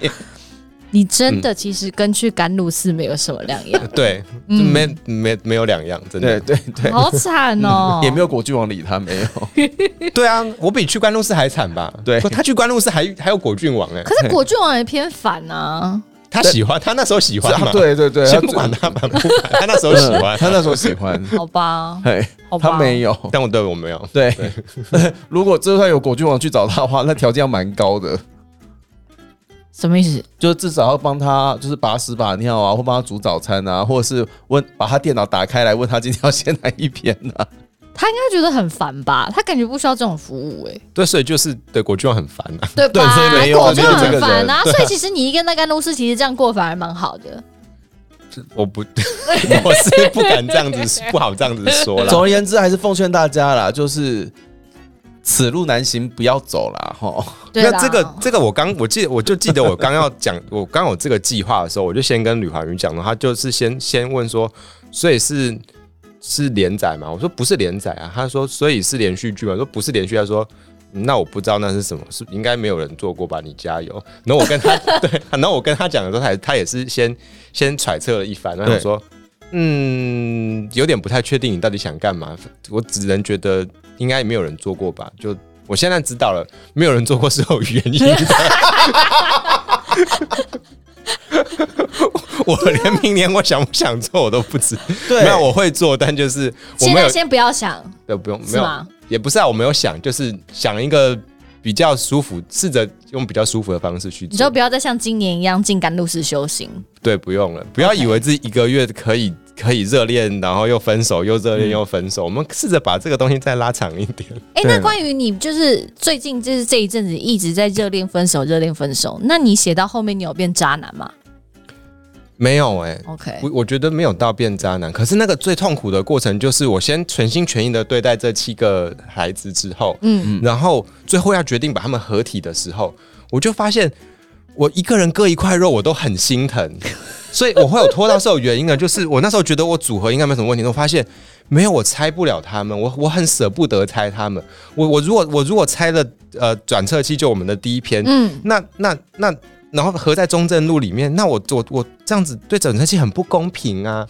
[SPEAKER 2] 你真
[SPEAKER 1] 嗯
[SPEAKER 2] 的其实跟去甘露寺没有什么两样，
[SPEAKER 3] 对，就没
[SPEAKER 2] 嗯
[SPEAKER 3] 没没有两样，真
[SPEAKER 1] 对
[SPEAKER 3] 的。
[SPEAKER 1] 对 对，嗯
[SPEAKER 2] 好惨哦、
[SPEAKER 1] 也没有果郡王理他，没 有。
[SPEAKER 3] 对啊，我比去关路寺还惨吧？
[SPEAKER 1] 对
[SPEAKER 3] 他去关路寺还还有果郡王哎、
[SPEAKER 2] 可是果郡王也偏反啊，
[SPEAKER 3] 他喜欢，他那时候喜欢嘛？，
[SPEAKER 1] 对对对，
[SPEAKER 3] 先 不管他吧，不管他那时候喜欢，
[SPEAKER 1] 他那时候喜欢，？
[SPEAKER 2] 好吧
[SPEAKER 1] 嘿
[SPEAKER 2] 好，吧
[SPEAKER 1] 他没有。
[SPEAKER 3] 但我对我没有。
[SPEAKER 1] 对， 如果就算有果郡王去找他的话，那条件要蛮高的，
[SPEAKER 2] 什么意思？
[SPEAKER 1] 就是至少要帮他，就是把屎把尿啊，或帮他煮早餐啊，或者是问把他电脑打开来问他今天要先哪一篇 啊。
[SPEAKER 2] 他应该觉得很烦吧？他感觉不需要这种服务哎、
[SPEAKER 3] 对，所以就是对果郡王很烦啊。
[SPEAKER 2] 对吧？
[SPEAKER 1] 对所以没有
[SPEAKER 2] 果郡王
[SPEAKER 1] 没有这
[SPEAKER 2] 很
[SPEAKER 1] 个人
[SPEAKER 2] 烦啊，所以其实你一个人在甘露寺，其实这样过反而蛮好 的。
[SPEAKER 3] 我不， 我是不敢这样子，不好这样子说啦。
[SPEAKER 1] 总而言之，还是奉劝大家啦，就是此路难行，不要走啦，吼。
[SPEAKER 2] 对啦
[SPEAKER 3] 那这个这个我刚我记得我就记得我刚要讲 我刚有这个计划的时候，我就先跟吕华云讲了，他就是先先问说，所以是是连载吗？我说不是连载啊，他说所以是连续剧吗？我说不是连续，他说。嗯那我不知道那是什么，是应该没有人做过吧？你加油。然后我跟他 对，然后我跟他讲的时候，他也他也是先先揣测了一番，然后
[SPEAKER 1] 对
[SPEAKER 3] 说，嗯，有点不太确定你到底想干嘛。我只能觉得应该没有人做过吧？就我现在知道了，没有人做过是有原因的。 我连明年我想不想做我都不知，
[SPEAKER 1] 对
[SPEAKER 3] 那我会做，但就是我
[SPEAKER 2] 现
[SPEAKER 3] 没有
[SPEAKER 2] 在，先不要想，
[SPEAKER 3] 对，不用没
[SPEAKER 2] 是
[SPEAKER 3] 有，
[SPEAKER 2] 吗？
[SPEAKER 3] 也不是啊，我没有想，就是想一个比较舒服，试着用比较舒服的方式去
[SPEAKER 2] 你就
[SPEAKER 3] 做
[SPEAKER 2] 不。要再像今年一样进甘露寺修行。
[SPEAKER 3] 对，不用了，不要以为自己一个月可以可以热恋，然后又分手，又热恋又分手。我们试着把这个东西再拉长一点。
[SPEAKER 2] 哎、
[SPEAKER 1] 对
[SPEAKER 2] 那关于你就是最近就是这一阵子一直在热恋分手、热恋分手，那你写到后面你有变渣男吗
[SPEAKER 3] 没有哎、
[SPEAKER 2] ？OK，
[SPEAKER 3] 我我觉得没有到变渣男，可是那个最痛苦的过程就是，我先全心全意的对待这七个孩子之后，
[SPEAKER 2] 嗯，
[SPEAKER 3] 然后最后要决定把他们合体的时候，我就发现我一个人割一块肉我都很 心疼，所以我会有拖到是有原因的，就是我那时候觉得我组合应该没什么问题，但我发现没有，我拆不了他们，我我很舍不得拆他们，我我如果我如果拆了呃转测器就我们的第一篇，
[SPEAKER 2] 嗯，
[SPEAKER 3] 那那那，然后合在中正路里面，那我我我这样子对整车器很不公平啊！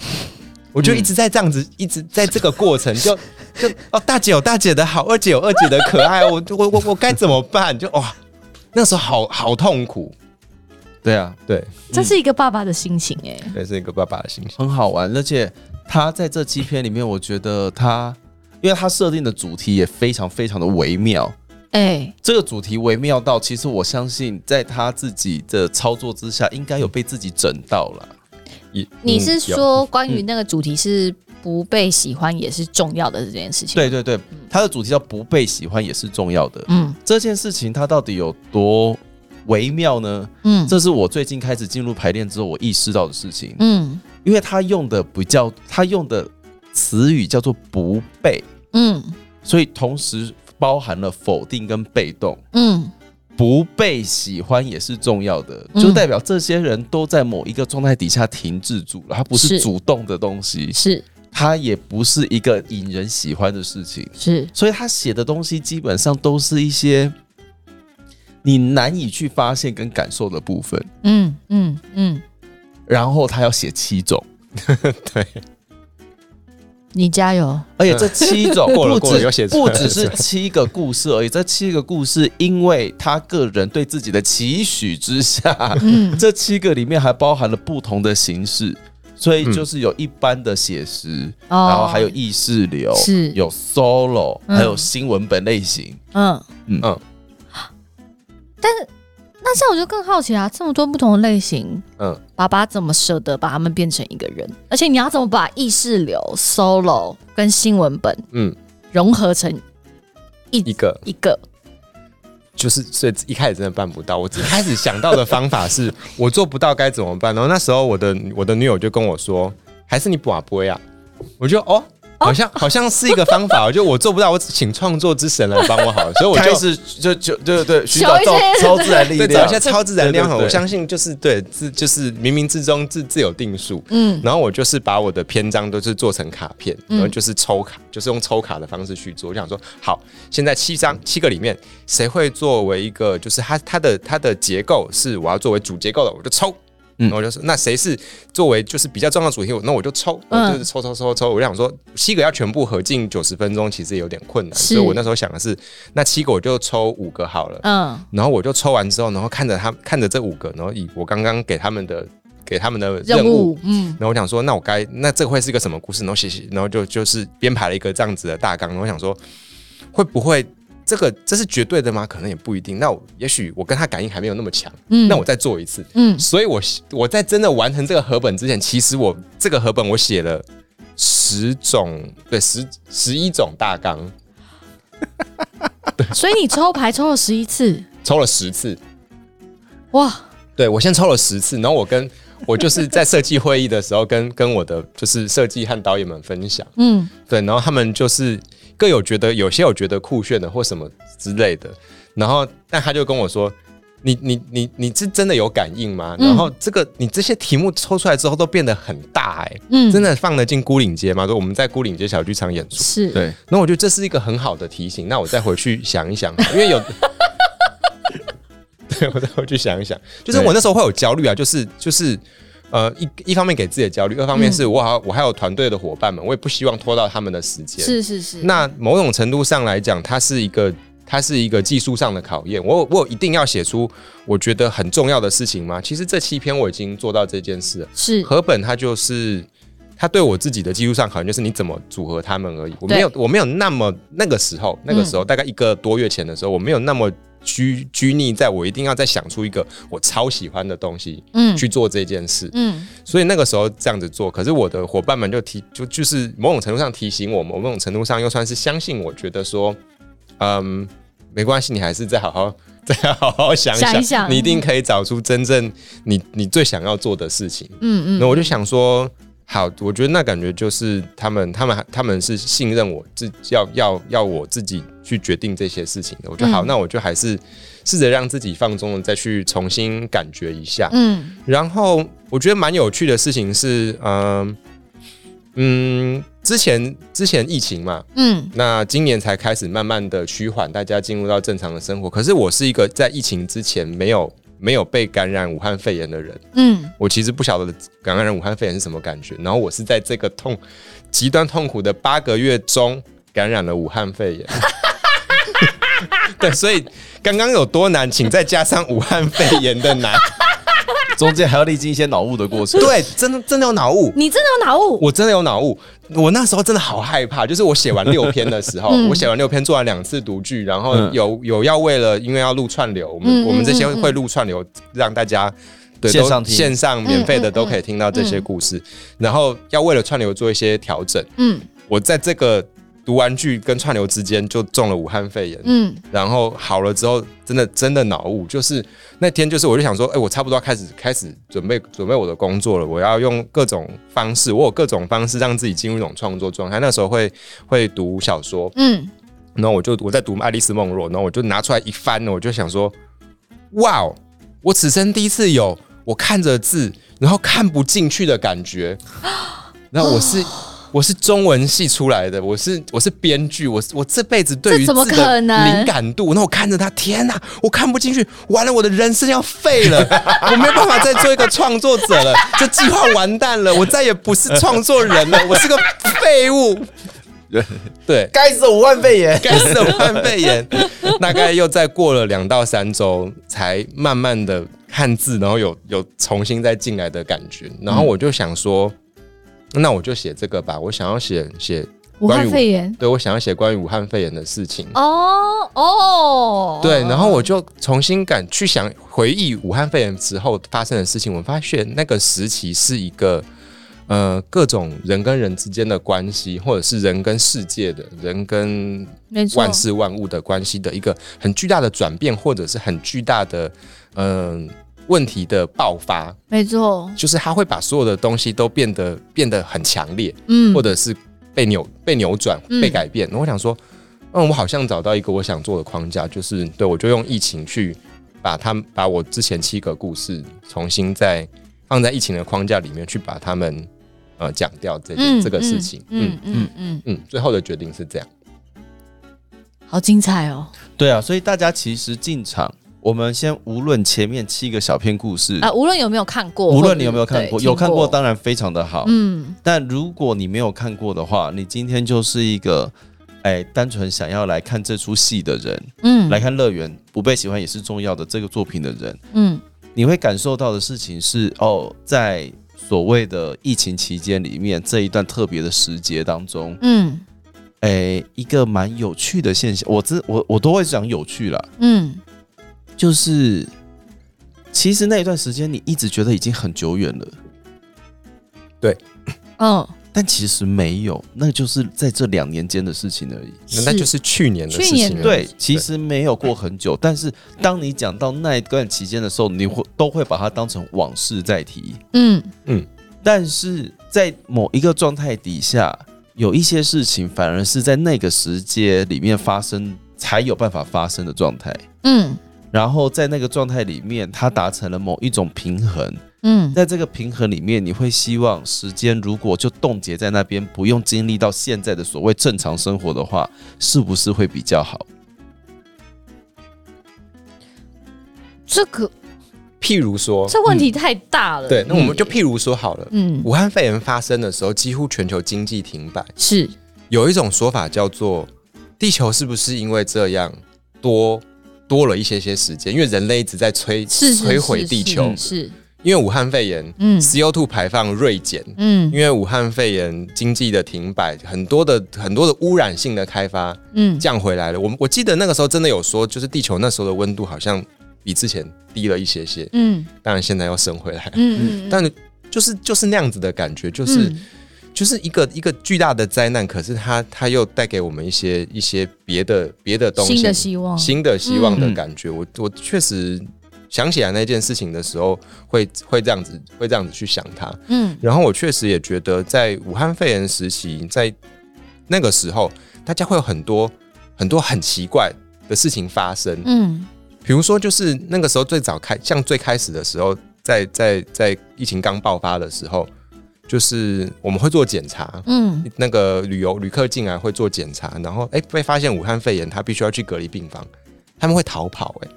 [SPEAKER 3] 我
[SPEAKER 2] 嗯
[SPEAKER 3] 就一直在这样子，一直在这个过程就就哦，大姐有大姐的好，二姐有二姐的可爱，我我我我该怎么办？就哇，那时候好好痛苦，
[SPEAKER 1] 对啊，
[SPEAKER 3] 对，
[SPEAKER 2] 这是一个爸爸的心情哎、
[SPEAKER 3] 这是一个爸爸的心情。
[SPEAKER 1] 很好玩，而且他在这七篇里面，我觉得他，因为他设定的主题也非常非常的微妙。
[SPEAKER 2] 哎、
[SPEAKER 1] 这个主题微妙到，其实我相信，在他自己的操作之下，应该有被自己整到了。
[SPEAKER 3] 一
[SPEAKER 2] 你是
[SPEAKER 3] 嗯有
[SPEAKER 2] 说关于那个主题是不被喜欢也是重要的这件事情？
[SPEAKER 1] 对，对对，他的主题叫不被喜欢也是重要的。
[SPEAKER 2] 嗯
[SPEAKER 1] 这件事情它到底有多微妙呢？
[SPEAKER 2] 嗯
[SPEAKER 1] 这是我最近开始进入排练之后，我意识到的事情。
[SPEAKER 2] 嗯
[SPEAKER 1] 因为他用的比较，他用的词语叫做不被，
[SPEAKER 2] 嗯
[SPEAKER 1] 所以同时包含了否定跟被动。
[SPEAKER 2] 嗯
[SPEAKER 1] 不被喜欢也是重要的，
[SPEAKER 2] 嗯
[SPEAKER 1] 就代表这些人都在某一个状态底下停滞住了，它不是
[SPEAKER 2] 是
[SPEAKER 1] 主动的东西，
[SPEAKER 2] 是
[SPEAKER 1] 它也不是一个引人喜欢的事情，
[SPEAKER 2] 是，
[SPEAKER 1] 所以他写的东西基本上都是一些你难以去发现跟感受的部分。
[SPEAKER 2] 嗯嗯嗯，
[SPEAKER 1] 然后他要写七种，
[SPEAKER 3] 对
[SPEAKER 2] 你加油，
[SPEAKER 1] 而且这七种
[SPEAKER 3] 过了
[SPEAKER 1] 不
[SPEAKER 3] 过了
[SPEAKER 1] 只
[SPEAKER 3] 有写出来
[SPEAKER 1] 不只 是七个故事而已，这七个故事因为他个人对自己的期许之下，
[SPEAKER 2] 嗯
[SPEAKER 1] 这七个里面还包含了不同的形式，所以就是有一般的写实，
[SPEAKER 2] 哦
[SPEAKER 1] 然后还有意识流，
[SPEAKER 2] 是
[SPEAKER 1] 有 solo，、
[SPEAKER 2] 嗯
[SPEAKER 1] 还有新文本类型。
[SPEAKER 2] 嗯
[SPEAKER 1] 嗯
[SPEAKER 3] 嗯
[SPEAKER 2] 那这样我就更好奇啊，这么多不同的类型，
[SPEAKER 3] 嗯，
[SPEAKER 2] 爸爸怎么舍得把他们变成一个人？而且你要怎么把意识流、solo 跟新文本
[SPEAKER 3] 嗯，
[SPEAKER 2] 融合成
[SPEAKER 3] 一个
[SPEAKER 2] 一个？
[SPEAKER 3] 就是所以一开始真的办不到。我一开始想到的方法是我做不到该怎么办。然后那时候我的我的女友就跟我说，还是你啊把播呀。我就哦，好像好像是一个方法。我就我做不到，我请创作之神来帮我好了。所以我
[SPEAKER 1] 开
[SPEAKER 3] 就
[SPEAKER 1] 始就就对对，寻
[SPEAKER 2] 求
[SPEAKER 1] 找
[SPEAKER 2] 一
[SPEAKER 1] 超
[SPEAKER 2] 些
[SPEAKER 1] 超自然力
[SPEAKER 3] 对找
[SPEAKER 1] 量
[SPEAKER 3] 一些，超自然量好。
[SPEAKER 1] 对对对
[SPEAKER 3] 我相信就是对自就是冥冥之中自自有定数。
[SPEAKER 2] 嗯
[SPEAKER 3] 然后我就是把我的篇章都是做成卡片，
[SPEAKER 2] 嗯
[SPEAKER 3] 然后就是抽卡，就是用抽卡的方式去做。我想说，好，现在七张七个里面，谁会作为一个就是它它的它的结构是我要作为主结构的，我就抽。
[SPEAKER 1] 嗯
[SPEAKER 3] 嗯，我就说，那谁是作为就是比较重要的主题，我那我就抽，我
[SPEAKER 2] 嗯
[SPEAKER 3] 就是抽抽抽抽。我就想说，七个要全部合进九十分钟，其实有点困难，
[SPEAKER 2] 是
[SPEAKER 3] 所以我那时候想的是，那七个我就抽五个好了。
[SPEAKER 2] 嗯
[SPEAKER 3] 然后我就抽完之后，然后看着他看着这五个，然后以我刚刚给他们的给他们的任
[SPEAKER 2] 任
[SPEAKER 3] 务
[SPEAKER 2] 务，嗯
[SPEAKER 3] 然后我想说，那我该那这会是一个什么故事？然后写写，然后就就是编排了一个这样子的大纲。然后我想说，会不会这个这是绝对的吗？可能也不一定。那我也许我跟他感应还没有那么强，
[SPEAKER 2] 嗯，
[SPEAKER 3] 那我再做一次。
[SPEAKER 2] 嗯
[SPEAKER 3] 所以我我在真的完成这个合本之前，其实我这个合本我写了十种，对十十一种大纲，
[SPEAKER 2] 所以你抽牌抽 了十一次，
[SPEAKER 3] 抽了十次。
[SPEAKER 2] 哇，
[SPEAKER 3] 对我先抽了十次，然后我跟我就是在设计会议的时候跟跟我的就是设计和导演们分享，
[SPEAKER 2] 嗯，
[SPEAKER 3] 对，然后他们就是各有觉得有些有觉得酷炫的或什么之类的，然后但他就跟我说。你你你你是真的有感应吗？
[SPEAKER 2] 嗯
[SPEAKER 3] 然后这个你这些题目抽出来之后都变得很大哎、
[SPEAKER 2] 嗯
[SPEAKER 3] 真的放得进孤岭街吗？就我们在孤岭街小剧场演出，
[SPEAKER 2] 是，
[SPEAKER 1] 对，
[SPEAKER 3] 那我觉得这是一个很好的提醒。那我再回去想一想，因为有， 对我再回去想一想，就是我那时候会有焦虑啊，就是就是呃一一方面给自己的焦虑，二方面是我好像我还有团队的伙伴们，我也不希望拖到他们的时间。
[SPEAKER 2] 是是是，
[SPEAKER 3] 那某种程度上来讲，它是一个它是一个技术上的考验。我有我有一定要写出我觉得很重要的事情吗？其实这七篇我已经做到这件事了。
[SPEAKER 2] 是
[SPEAKER 3] 和本它就是它对我自己的技术上考验，就是你怎么组合他们而已。我没有我没有那么那个时候，那个时候
[SPEAKER 2] 嗯
[SPEAKER 3] 大概一个多月前的时候，我没有那么拘拘泥在我一定要再想出一个我超喜欢的东西
[SPEAKER 2] 嗯
[SPEAKER 3] 去做这件事。
[SPEAKER 2] 嗯
[SPEAKER 3] 所以那个时候这样子做，可是我的伙伴们就提就就是某种程度上提醒我，某种程度上又算是相信我，觉得说，嗯，没关系，你还是再好好再好好想一想，
[SPEAKER 2] 想一想
[SPEAKER 3] 你一定可以找出真正你你最想要做的事情。
[SPEAKER 2] 嗯
[SPEAKER 3] 那
[SPEAKER 2] 嗯，
[SPEAKER 3] 我就想说，好，我觉得那感觉就是他们，他们，他们是信任我自要要要我自己去决定这些事情的。我觉得好，
[SPEAKER 2] 嗯
[SPEAKER 3] 那我就还是试着让自己放松了，再去重新感觉一下。
[SPEAKER 2] 嗯
[SPEAKER 3] 然后我觉得蛮有趣的事情是，嗯、嗯，之前之前疫情嘛，
[SPEAKER 2] 嗯
[SPEAKER 3] 那今年才开始慢慢的趋缓，大家进入到正常的生活。可是我是一个在疫情之前没有没有被感染武汉肺炎的人。
[SPEAKER 2] 嗯，
[SPEAKER 3] 我其实不晓得感染武汉肺炎是什么感觉，然后我是在这个痛极端痛苦的八个月中感染了武汉肺炎。 对，所以刚刚有多难，请再加上武汉肺炎的难。
[SPEAKER 1] 中间还要历经一些脑雾的过程。
[SPEAKER 3] 对，真的真的有脑雾，
[SPEAKER 2] 你真的有脑雾？
[SPEAKER 3] 我真的有脑雾。我那时候真的好害怕，就是我写完六篇的时候，
[SPEAKER 2] 嗯
[SPEAKER 3] 我写完六篇，做完两次读剧，然后
[SPEAKER 1] 嗯
[SPEAKER 3] 有有要为了因为要录串流，我们、
[SPEAKER 2] 嗯嗯
[SPEAKER 3] 我们这些
[SPEAKER 2] 嗯嗯
[SPEAKER 3] 会录串流，让大家。对，
[SPEAKER 1] 线
[SPEAKER 3] 都
[SPEAKER 1] 上听
[SPEAKER 3] 线上免费
[SPEAKER 2] 嗯
[SPEAKER 3] 的都可以听到这些故事，然后要为了串流做一些调整。
[SPEAKER 2] 嗯
[SPEAKER 3] 我在这个读完剧跟串流之间就中了武汉肺炎，
[SPEAKER 2] 嗯
[SPEAKER 3] 然后好了之后，真的真的脑雾，就是那天就是我就想说，哎、我差不多要开始开始准备准备我的工作了，我要用各种方式，我有各种方式让自己进入一种创作状态。那时候会会读小说，
[SPEAKER 2] 嗯，
[SPEAKER 3] 然后我就我在读《爱丽丝梦露》，然后我就拿出来一翻，我就想说，哇哦，我此生第一次有我看着字然后看不进去的感觉。然后我是我是中文系出来的，我是我是编剧，我我这辈子对于
[SPEAKER 2] 这怎么
[SPEAKER 3] 字的
[SPEAKER 2] 可能
[SPEAKER 3] 敏感度，那我看着他，天哪，我看不进去，完了，我的人生要废了，我没有办法再做一个创作者了，这计划完蛋了，我再也不是创作人了，我是个废物。对，
[SPEAKER 1] 该死，武汉肺炎！
[SPEAKER 3] 该死的武汉肺炎，大概又再过了两到三周，才慢慢的看字，然后有有重新再进来的感觉。然后我就想说，那我就写这个吧，我想要写写
[SPEAKER 2] 武
[SPEAKER 3] 关
[SPEAKER 2] 汉
[SPEAKER 3] 于
[SPEAKER 2] 肺炎。
[SPEAKER 3] 对我想要写关于武汉肺炎的事情。
[SPEAKER 2] 哦哦，
[SPEAKER 3] 对，然后我就重新敢去想回忆武汉肺炎之后发生的事情，我发现那个时期是一个呃各种人跟人之间的关系，或者是人跟世界的人跟
[SPEAKER 2] 没错
[SPEAKER 3] 万，事万物的关系的一个很巨大的转变，或者是很巨大的嗯、问题的爆发，
[SPEAKER 2] 没错，
[SPEAKER 3] 就是它会把所有的东西都变得变得很强烈，
[SPEAKER 2] 嗯，
[SPEAKER 3] 或者是被扭被扭转、
[SPEAKER 2] 嗯
[SPEAKER 3] 被改变。然后我想说，嗯，我好像找到一个我想做的框架，就是对我就用疫情去把他们把我之前七个故事重新再放在疫情的框架里面去把他们呃讲掉这件、
[SPEAKER 2] 嗯
[SPEAKER 3] 这个事情。嗯
[SPEAKER 2] 嗯嗯嗯
[SPEAKER 3] 嗯，最后的决定是这样。
[SPEAKER 2] 嗯，好精彩哦！
[SPEAKER 1] 对啊，所以大家其实进场，我们先无论前面七个小篇故事，
[SPEAKER 2] 啊，无论有没有看过，
[SPEAKER 1] 无
[SPEAKER 2] 或
[SPEAKER 1] 论
[SPEAKER 2] 者
[SPEAKER 1] 你有没有看
[SPEAKER 2] 对
[SPEAKER 1] 过，
[SPEAKER 2] 听
[SPEAKER 1] 有看过
[SPEAKER 2] 过
[SPEAKER 1] 当然非常的好。
[SPEAKER 2] 嗯，
[SPEAKER 1] 但如果你没有看过的话，你今天就是一个哎，单纯想要来看这出戏的人，
[SPEAKER 2] 嗯，
[SPEAKER 1] 来看《乐园》不被喜欢也是重要的这个作品的人，
[SPEAKER 2] 嗯，
[SPEAKER 1] 你会感受到的事情是哦，在所谓的疫情期间里面这一段特别的时节当中，
[SPEAKER 2] 嗯
[SPEAKER 1] 哎，一个蛮有趣的现象，我这我我都会讲有趣啦，
[SPEAKER 2] 嗯
[SPEAKER 1] 就是其实那一段时间你一直觉得已经很久远了。
[SPEAKER 2] 嗯，
[SPEAKER 1] 但其实没有，那就是在这两年间的事情而已。
[SPEAKER 3] 那那就是去年的事
[SPEAKER 2] 去年
[SPEAKER 3] 情
[SPEAKER 2] 的
[SPEAKER 3] 了。
[SPEAKER 1] 对，其实没有过很久，但是当你讲到那一段期间的时候，你会都会把它当成往事在提。
[SPEAKER 2] 嗯，
[SPEAKER 1] 但是在某一个状态底下，有一些事情反而是在那个时间里面发生才有办法发生的状态。
[SPEAKER 2] 嗯
[SPEAKER 1] 然后在那个状态里面，它达成了某一种平衡。
[SPEAKER 2] 嗯
[SPEAKER 1] 在这个平衡里面，你会希望时间如果就冻结在那边，不用经历到现在的所谓正常生活的话，是不是会比较好？
[SPEAKER 2] 这个
[SPEAKER 3] 譬如说，
[SPEAKER 2] 这嗯问题太大了。
[SPEAKER 3] 哦嗯对，那我们就譬如说好了，
[SPEAKER 2] 嗯，
[SPEAKER 3] 武汉肺炎发生的时候，几乎全球经济停摆。
[SPEAKER 2] 是
[SPEAKER 3] 有一种说法叫做，地球是不是因为这样多多了一些些时间？因为人类一直在摧
[SPEAKER 2] 是是
[SPEAKER 3] 摧毁地球，
[SPEAKER 2] 是是是
[SPEAKER 3] 因为武汉肺炎
[SPEAKER 2] 嗯
[SPEAKER 3] ，CO2 排放锐减。
[SPEAKER 2] 嗯
[SPEAKER 3] 因为武汉肺炎经济的停摆，很多的很多的污染性的开发
[SPEAKER 2] 嗯
[SPEAKER 3] 降回来了。我们我记得那个时候真的有说，就是地球那时候的温度好像比之前低了一些些，
[SPEAKER 2] 嗯
[SPEAKER 3] 当然现在又升回来了。
[SPEAKER 2] 嗯嗯，
[SPEAKER 3] 但就是就是那样子的感觉，就是、
[SPEAKER 2] 嗯
[SPEAKER 3] 就是一个一个巨大的灾难，可是它它又带给我们一些一些别的别的东西，
[SPEAKER 2] 新的希望，
[SPEAKER 3] 新的希望的感觉。我我确实想起来那件事情的时候，会会这样子会这样子去想它。
[SPEAKER 2] 嗯
[SPEAKER 3] 然后我确实也觉得，在武汉肺炎时期，在那个时候，大家会有很多很多很奇怪的事情发生。
[SPEAKER 2] 嗯
[SPEAKER 3] 比如说，就是那个时候最早开，像最开始的时候，在在在疫情刚爆发的时候，就是我们会做检查，
[SPEAKER 2] 嗯
[SPEAKER 3] 那个旅游旅客进来会做检查，然后哎、被发现武汉肺炎，他必须要去隔离病房，他们会逃跑、哎，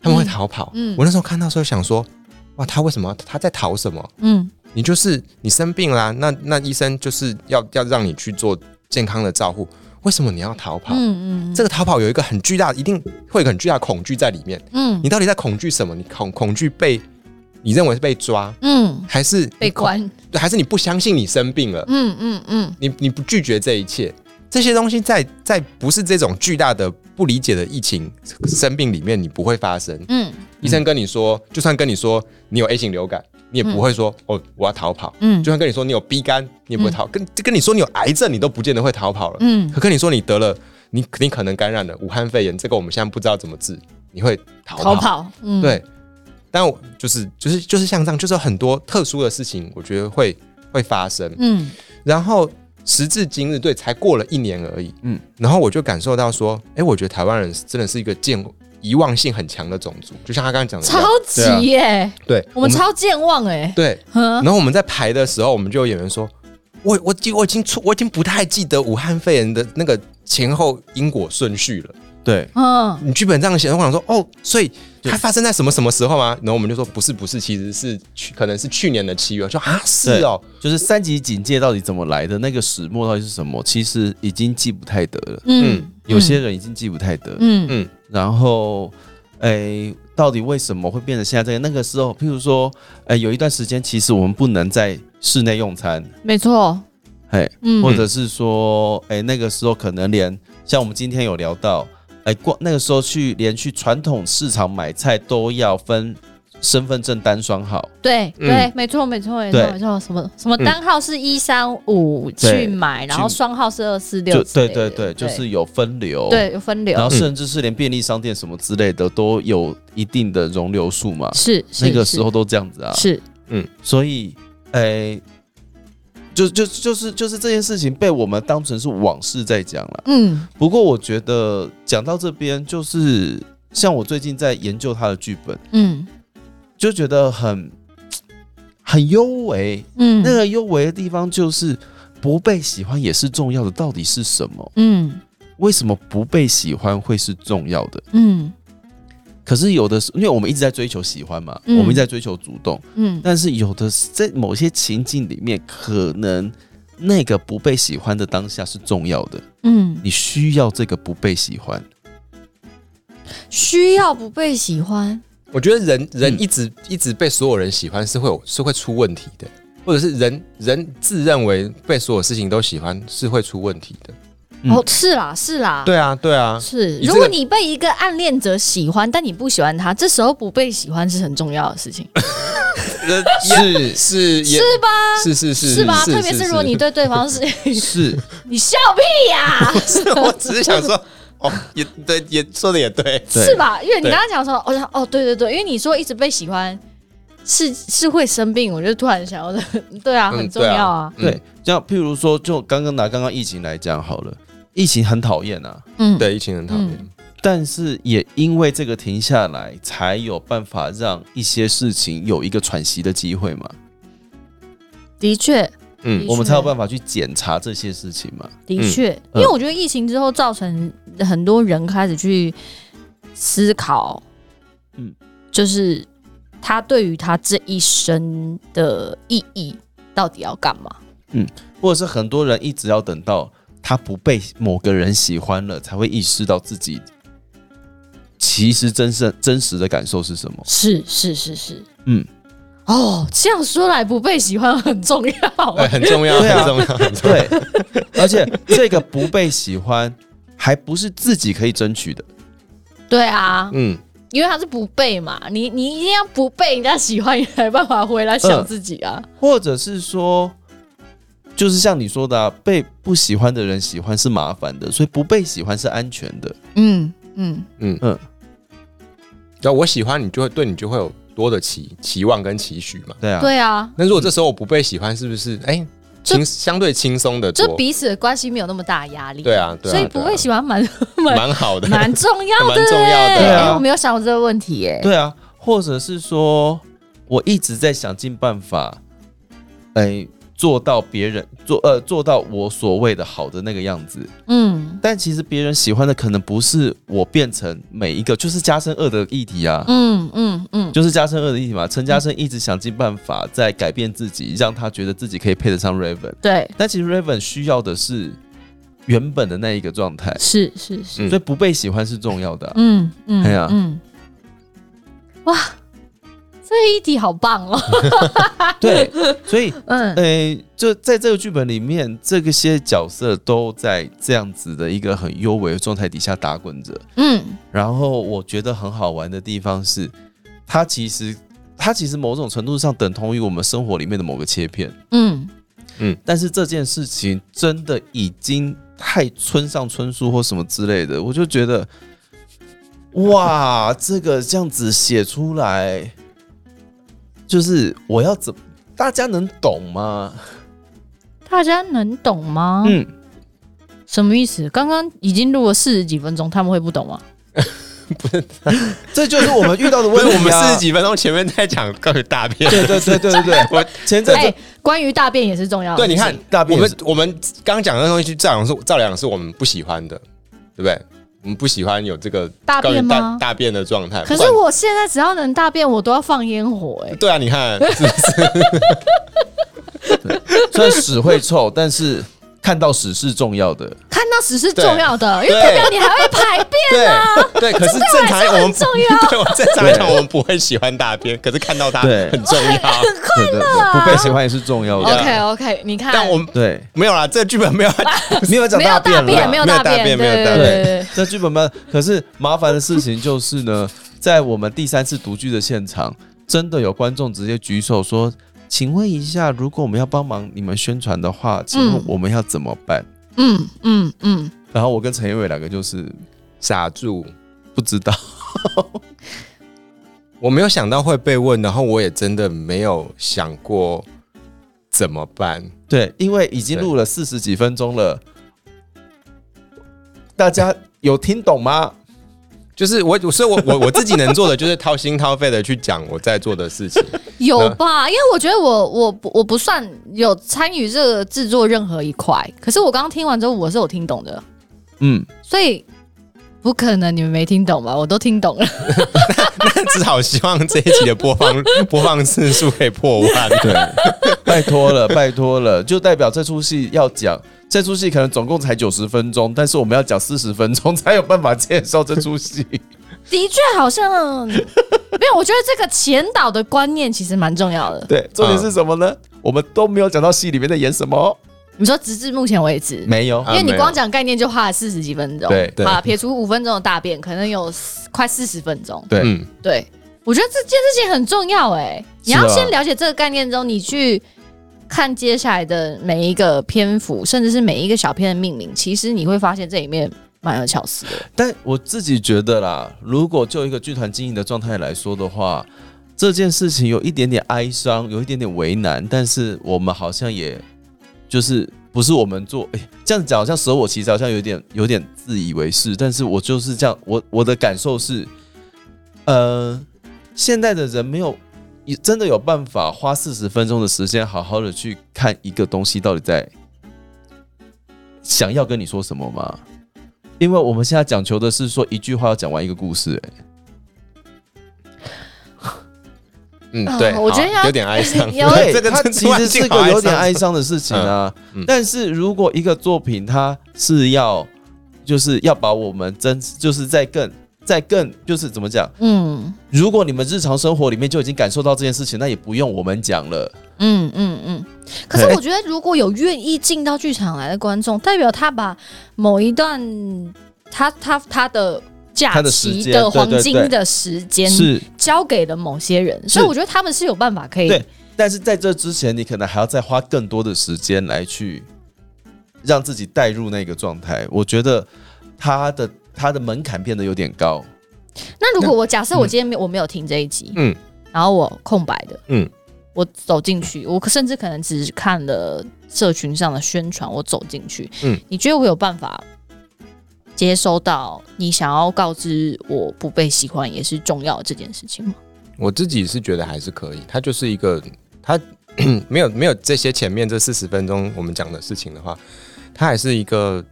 [SPEAKER 3] 他们会逃跑。
[SPEAKER 2] 嗯
[SPEAKER 3] 我那时候看到的时候想说，哇，他为什么他在逃什么？
[SPEAKER 2] 嗯
[SPEAKER 3] 你就是你生病啦，那那医生就是要要让你去做健康的照护，为什么你要逃跑？
[SPEAKER 2] 嗯嗯，
[SPEAKER 3] 这个逃跑有一个很巨大，一定会有一个很巨大的恐惧在里面。
[SPEAKER 2] 嗯
[SPEAKER 3] 你到底在恐惧什么？你恐恐惧被你认为是被抓，
[SPEAKER 2] 嗯
[SPEAKER 3] 还是
[SPEAKER 2] 被关，
[SPEAKER 3] 对还是你不相信你生病了？
[SPEAKER 2] 嗯嗯嗯
[SPEAKER 3] 你你不拒绝这一切，这些东西在在不是这种巨大的不理解的疫情生病里面，你不会发生。
[SPEAKER 2] 嗯
[SPEAKER 3] 医生跟你说，就算跟你说你有 A 型流感，你也不会说、哦我要逃跑。
[SPEAKER 2] 嗯
[SPEAKER 3] 就算跟你说你有 B 肝，你也不会逃；跟跟你说你有癌症，你都不见得会逃跑了。
[SPEAKER 2] 嗯
[SPEAKER 3] 可跟你说你得了，你你可能感染了武汉肺炎，这个我们现在不知道怎么治，你会逃
[SPEAKER 2] 逃跑，嗯
[SPEAKER 3] 对，但我就是就是就是像这样，就是有很多特殊的事情，我觉得会会发生。
[SPEAKER 2] 嗯
[SPEAKER 3] 然后时至今日，对，才过了一年而已。
[SPEAKER 1] 嗯
[SPEAKER 3] 嗯，然后我就感受到说，哎、我觉得台湾人真的是一个健遗忘性很强的种族，就像他刚刚讲
[SPEAKER 1] 啊
[SPEAKER 3] 的一
[SPEAKER 2] 超
[SPEAKER 3] 样，
[SPEAKER 2] 级耶，
[SPEAKER 3] 对，
[SPEAKER 2] 我们超健忘哎，
[SPEAKER 3] 对。
[SPEAKER 2] 嗯
[SPEAKER 3] 然后我们在排的时候，我们就有演员说，我我记我已经出我已经不太记得武汉肺炎的那个前后因果顺序了。
[SPEAKER 1] 对，
[SPEAKER 2] 嗯
[SPEAKER 3] 你剧本这样写，我想说哦，所以
[SPEAKER 1] 对
[SPEAKER 3] 它发生在什么什么时候啊？然后我们就说不是不是，其实是去可能是去年的七月。我说啊是哦，
[SPEAKER 1] 就是三级警戒到底怎么来的，那个始末到底是什么，其实已经记不太得了。
[SPEAKER 2] 嗯，
[SPEAKER 1] 有些人已经记不太得，
[SPEAKER 2] 嗯
[SPEAKER 3] 嗯
[SPEAKER 1] 然后，诶、到底为什么会变成现在这个？那个时候，譬如说，诶、有一段时间，其实我们不能在室内用餐，
[SPEAKER 2] 没错，
[SPEAKER 1] 嘿，
[SPEAKER 2] 嗯
[SPEAKER 1] 或者是说，诶、那个时候可能连像我们今天有聊到，诶、逛那个时候去连去传统市场买菜都要分身份证单双号，
[SPEAKER 2] 对
[SPEAKER 3] 嗯
[SPEAKER 2] 对，没错没错没错
[SPEAKER 1] 对嗯
[SPEAKER 2] 没错，什么什么单号是一三五
[SPEAKER 1] 对
[SPEAKER 2] 去买，然后
[SPEAKER 1] 去
[SPEAKER 2] 双号是二四六
[SPEAKER 1] 就
[SPEAKER 2] 之类
[SPEAKER 1] 对
[SPEAKER 2] 的，
[SPEAKER 1] 对对，就是有分流，
[SPEAKER 2] 对有分
[SPEAKER 1] 然
[SPEAKER 2] 流
[SPEAKER 1] 后，甚至是连便利商店什么之类的都有一定的容留数嘛，
[SPEAKER 2] 嗯是是
[SPEAKER 1] 那个
[SPEAKER 2] 是
[SPEAKER 1] 时候都这样子啊，
[SPEAKER 2] 是
[SPEAKER 1] 所以，诶、就就就是就是这件事情被我们当成是往事在讲了。
[SPEAKER 2] 嗯
[SPEAKER 1] 不过我觉得讲到这边，就是像我最近在研究他的剧本，
[SPEAKER 2] 嗯
[SPEAKER 1] 就觉得很很幽微。
[SPEAKER 2] 嗯
[SPEAKER 1] 那个幽微的地方就是不被喜欢也是重要的，到底是什么？
[SPEAKER 2] 嗯
[SPEAKER 1] 为什么不被喜欢会是重要的？
[SPEAKER 2] 嗯
[SPEAKER 1] 可是有的时，因为我们一直在追求喜欢嘛，
[SPEAKER 2] 嗯
[SPEAKER 1] 我们一直在追求主动，
[SPEAKER 2] 嗯
[SPEAKER 1] 但是有的是在某些情境里面，可能那个不被喜欢的当下是重要的，
[SPEAKER 2] 嗯，
[SPEAKER 1] 你需要这个不被喜欢。
[SPEAKER 2] 需要不被喜欢，
[SPEAKER 3] 我觉得人
[SPEAKER 1] 嗯
[SPEAKER 3] 人一直、一直被所有人喜欢是会有是会出问题的，或者是人人自认为被所有事情都喜欢是会出问题的。
[SPEAKER 1] 嗯
[SPEAKER 2] 哦是啦是啦，
[SPEAKER 3] 对啊，对啊，
[SPEAKER 2] 是，
[SPEAKER 3] 以这个
[SPEAKER 2] 如果你被一个暗恋者喜欢，但你不喜欢他，这时候不被喜欢是很重要的事情。
[SPEAKER 3] 呃
[SPEAKER 1] 是
[SPEAKER 3] 是也
[SPEAKER 2] 是吧？
[SPEAKER 3] 是是是
[SPEAKER 2] 是吧？特别是如果你，对对 方是，
[SPEAKER 1] 是，
[SPEAKER 2] 你笑屁呀、
[SPEAKER 3] 我只是想说，哦，也对，也说的也对，
[SPEAKER 1] 对
[SPEAKER 2] 是吧？因为你
[SPEAKER 3] 对
[SPEAKER 2] 刚刚讲说，我想哦，对对对，因为你说一直被喜欢是是会生病，我就突然想到的， 对啊，
[SPEAKER 3] 嗯
[SPEAKER 2] 很重要啊，
[SPEAKER 3] 对啊
[SPEAKER 1] 对，像譬如说，就刚刚拿刚刚疫情来讲好了，疫情很讨厌啊，
[SPEAKER 2] 嗯，
[SPEAKER 3] 嗯，对，疫情很讨厌
[SPEAKER 2] 嗯，
[SPEAKER 1] 但是也因为这个停下来，才有办法让一些事情有一个喘息的机会嘛，
[SPEAKER 2] 的确，
[SPEAKER 3] 嗯
[SPEAKER 1] 我们才有办法去检查这些事情嘛。
[SPEAKER 2] 的确，因
[SPEAKER 3] 嗯
[SPEAKER 2] 为我觉得疫情之后造成很多人开始去思考，嗯
[SPEAKER 1] 嗯，
[SPEAKER 2] 就是他对于他这一生的意义到底要干嘛？
[SPEAKER 1] 或者是很多人一直要等到他不被某个人喜欢了，才会意识到自己其实真正真实的感受是什么。
[SPEAKER 2] 是是是是，
[SPEAKER 1] 嗯，
[SPEAKER 2] 哦，这样说来不被喜欢很重要、
[SPEAKER 3] 哎，很重要，
[SPEAKER 1] 对啊
[SPEAKER 3] 很重要，很重要，
[SPEAKER 1] 对，而且这个不被喜欢，还不是自己可以争取的。
[SPEAKER 2] 对啊，
[SPEAKER 3] 嗯，
[SPEAKER 2] 因为他是不被嘛，你你一定要不被人家喜欢，你才有办法回来想自己啊。
[SPEAKER 1] 或者是说，就是像你说的、啊，被不喜欢的人喜欢是麻烦的，所以不被喜欢是安全的。
[SPEAKER 2] 嗯嗯，
[SPEAKER 3] 对，我喜欢你，就会对你就会有多的期期望跟期许嘛。
[SPEAKER 1] 对啊，
[SPEAKER 2] 对啊，
[SPEAKER 3] 那如果这时候我不被喜欢，是不是哎，
[SPEAKER 2] 就
[SPEAKER 3] 轻相对轻松的
[SPEAKER 2] 就
[SPEAKER 3] 多？
[SPEAKER 2] 彼此的关系没有那么大压力。
[SPEAKER 3] 对啊，对啊，
[SPEAKER 2] 所以不
[SPEAKER 3] 对啊
[SPEAKER 2] 会喜欢蛮蛮
[SPEAKER 3] 蛮好 的，
[SPEAKER 2] 蛮重要的，
[SPEAKER 3] 蛮重要的
[SPEAKER 2] 欸
[SPEAKER 1] 对啊
[SPEAKER 2] 欸我没有想过这个问题耶、
[SPEAKER 1] 对啊，或者是说，我一直在想尽办法，哎、做到别人做呃做到我所谓的好的那个样子，
[SPEAKER 2] 嗯
[SPEAKER 1] 但其实别人喜欢的可能不是我变成每一个，就是加深恶的议题啊。
[SPEAKER 2] 嗯嗯嗯，
[SPEAKER 1] 就是加深恶的议题嘛，陈嘉生一直想尽办法在改变自己，让他觉得自己可以配得上 Raven。
[SPEAKER 2] 对，
[SPEAKER 1] 但其实 Raven 需要的是原本的那一个状态，
[SPEAKER 2] 是是是，
[SPEAKER 3] 嗯
[SPEAKER 1] 所以不被喜欢是重要的啊、
[SPEAKER 2] 嗯嗯，
[SPEAKER 1] 哎呀
[SPEAKER 2] 嗯，哇，这一题好棒哦，
[SPEAKER 1] 对，所以
[SPEAKER 2] 嗯
[SPEAKER 1] 呃，就在这个剧本里面，这个些角色都在这样子的一个很优美的状态底下打滚着。
[SPEAKER 2] 嗯
[SPEAKER 1] 然后我觉得很好玩的地方是，它其实它其实某种程度上等同于我们生活里面的某个切片，
[SPEAKER 2] 嗯，
[SPEAKER 1] 但是这件事情真的已经太村上春树或什么之类的，我就觉得，哇，这个这样子写出来，就是我要怎，大家能懂吗？
[SPEAKER 2] 大家能懂吗？
[SPEAKER 1] 嗯，
[SPEAKER 2] 什么意思？刚刚已经录了四十几分钟，他们会不懂吗？
[SPEAKER 1] 这就是我们遇到的
[SPEAKER 3] 不
[SPEAKER 1] 问题、啊。
[SPEAKER 3] 是 我们 四十几分钟前面在讲关于大便，
[SPEAKER 1] 对对对对对对，我前阵
[SPEAKER 2] 哎、
[SPEAKER 1] 子
[SPEAKER 2] 关于大便也啊是重要的
[SPEAKER 3] 对，
[SPEAKER 2] 事情。
[SPEAKER 3] 你看
[SPEAKER 1] 大便
[SPEAKER 3] 我
[SPEAKER 1] 也是
[SPEAKER 3] 们我们刚讲的东西，照样是照样是我们不喜欢的，对不对？我们不喜欢有这个
[SPEAKER 2] 大
[SPEAKER 3] 关于
[SPEAKER 2] 便
[SPEAKER 3] 大
[SPEAKER 2] 吗？
[SPEAKER 3] 大便的状态。
[SPEAKER 2] 可
[SPEAKER 3] 不
[SPEAKER 2] 是
[SPEAKER 3] 管
[SPEAKER 2] 我现在只要能大便，我都要放烟火哎、
[SPEAKER 3] 对啊，你看， 是
[SPEAKER 1] 虽然屎会臭，但是看到屎是重要的。
[SPEAKER 2] 看到屎是
[SPEAKER 3] 对
[SPEAKER 2] 重要的，因为
[SPEAKER 3] 对
[SPEAKER 2] 代表你还会排便。啊
[SPEAKER 3] 对对，可是正常我们
[SPEAKER 2] 重要
[SPEAKER 3] 对我正常来讲我们不会喜欢大便，可是看到它
[SPEAKER 1] 对
[SPEAKER 3] 很重要。
[SPEAKER 1] 对啊对对，不被喜欢也是重要的。
[SPEAKER 2] OK OK，你看，
[SPEAKER 3] 但我们
[SPEAKER 1] 对，
[SPEAKER 3] 没有啦，这个剧 本没有
[SPEAKER 1] 没有讲
[SPEAKER 2] 没有
[SPEAKER 1] 便啦
[SPEAKER 2] 便，没有大
[SPEAKER 3] 没有大便没有
[SPEAKER 2] 对
[SPEAKER 3] 大
[SPEAKER 2] 对对
[SPEAKER 3] 便
[SPEAKER 2] 对，
[SPEAKER 1] 这剧本班，可是麻烦的事情就是呢，在我们第三次独剧的现场，真的有观众直接举手说：“请问一下，如果我们要帮忙你们宣传的话，请
[SPEAKER 2] 嗯
[SPEAKER 1] 问我们要怎么办
[SPEAKER 2] 嗯嗯嗯，？”
[SPEAKER 1] 然后我跟陈一伟两个就是
[SPEAKER 3] 傻住。
[SPEAKER 1] 不知道，
[SPEAKER 3] 我没有想到会被问，然后我也真的没有想过怎么办。
[SPEAKER 1] 对，因为已经录了四十几分钟了，大家有听懂吗？
[SPEAKER 3] 就是我，所以我我我自己能做的就是掏心掏肺的去讲我在做的事情。
[SPEAKER 2] 有
[SPEAKER 3] 那
[SPEAKER 2] 吧？因为我觉得我我不我不算有参与这个制作任何一块，可是我刚刚听完之后，我是有听懂的，
[SPEAKER 1] 嗯，
[SPEAKER 2] 所以不可能你们没听懂吧？我都听懂了。
[SPEAKER 3] 只好希望这一集的播放播放次数可以破万。对，
[SPEAKER 1] 拜托了，拜托了，就代表这出戏要讲，这出戏可能总共才九十分钟，但是我们要讲四十分钟才有办法介绍这出戏。
[SPEAKER 2] 的确，好像没有。我觉得这个前导的观念其实蛮重要的。
[SPEAKER 1] 对，重点是什么呢？我们都没有讲到戏里面在演什么哦，
[SPEAKER 2] 你说直至目前为止，
[SPEAKER 1] 没有
[SPEAKER 3] 啊
[SPEAKER 2] 因为你
[SPEAKER 3] 没有
[SPEAKER 2] 光讲概念就花了四十几分钟，
[SPEAKER 1] 对
[SPEAKER 3] 对
[SPEAKER 2] 好啦，撇除五分钟的大便，可能有快四十分钟，
[SPEAKER 1] 对，
[SPEAKER 3] 嗯，
[SPEAKER 2] 对。我觉得这件事情很重要哎、你
[SPEAKER 1] 是啊
[SPEAKER 2] 要先了解这个概念之后，你去看接下来的每一个篇幅，甚至是每一个小篇的命名，其实你会发现这里面蛮有巧思的。
[SPEAKER 1] 但我自己觉得啦，如果就一个剧团经营的状态来说的话，这件事情有一点点哀伤，有一点点为难，但是我们好像也就是不是我们做，哎、这样讲好像舍我其谁，好像有点有点自以为是，但是我就是这样，我我的感受是，呃，现在的人没有。也真的有办法花四十分钟的时间，好好的去看一个东西到底在想要跟你说什么吗？因为我们现在讲求的是说一句话要讲完一个故事、哎，
[SPEAKER 3] 嗯
[SPEAKER 2] 啊，
[SPEAKER 3] 对，
[SPEAKER 2] 我觉得
[SPEAKER 3] 好
[SPEAKER 2] 要。
[SPEAKER 3] 有点哀伤
[SPEAKER 2] 有对
[SPEAKER 3] 这个
[SPEAKER 1] 它
[SPEAKER 3] 真
[SPEAKER 1] 其实是
[SPEAKER 3] 突然
[SPEAKER 1] 个
[SPEAKER 3] 间
[SPEAKER 1] 有点
[SPEAKER 3] 好
[SPEAKER 1] 哀伤的事情啊。
[SPEAKER 3] 嗯嗯
[SPEAKER 1] 但是如果一个作品它是要，就是要把我们真，就是在更在更就是怎么讲？
[SPEAKER 2] 嗯
[SPEAKER 1] 如果你们日常生活里面就已经感受到这件事情，那也不用我们讲了。
[SPEAKER 2] 嗯嗯嗯。可是我觉得，如果有愿意进到剧场来的观众，代表他把某一段他他他的假
[SPEAKER 1] 他的时
[SPEAKER 2] 期
[SPEAKER 1] 间
[SPEAKER 2] 的
[SPEAKER 1] 对
[SPEAKER 2] 黄
[SPEAKER 1] 对
[SPEAKER 2] 金
[SPEAKER 1] 对
[SPEAKER 2] 的时间
[SPEAKER 1] 是，
[SPEAKER 2] 交给了某些人，所以
[SPEAKER 1] 是
[SPEAKER 2] 我觉得他们是有办法可以
[SPEAKER 1] 对但是在这之前，你可能还要再花更多的时间来去让自己带入那个状态。我觉得它的它的门槛变得有点高。
[SPEAKER 2] 那如果我假设
[SPEAKER 1] 嗯
[SPEAKER 2] 我今天没有我没有听这一集，
[SPEAKER 3] 嗯
[SPEAKER 2] 嗯，然后我空白的，嗯
[SPEAKER 3] 嗯，
[SPEAKER 2] 我走进去，我甚至可能只看了社群上的宣传，我走进去，嗯
[SPEAKER 3] 嗯，
[SPEAKER 2] 你觉得我有办法接收到你想要告知我不被喜欢也是重要的这件事情吗？
[SPEAKER 3] 我自己是觉得还是可以，它就是一个它 没有没有这些前面这四十分钟我们讲的事情的话，它还是一个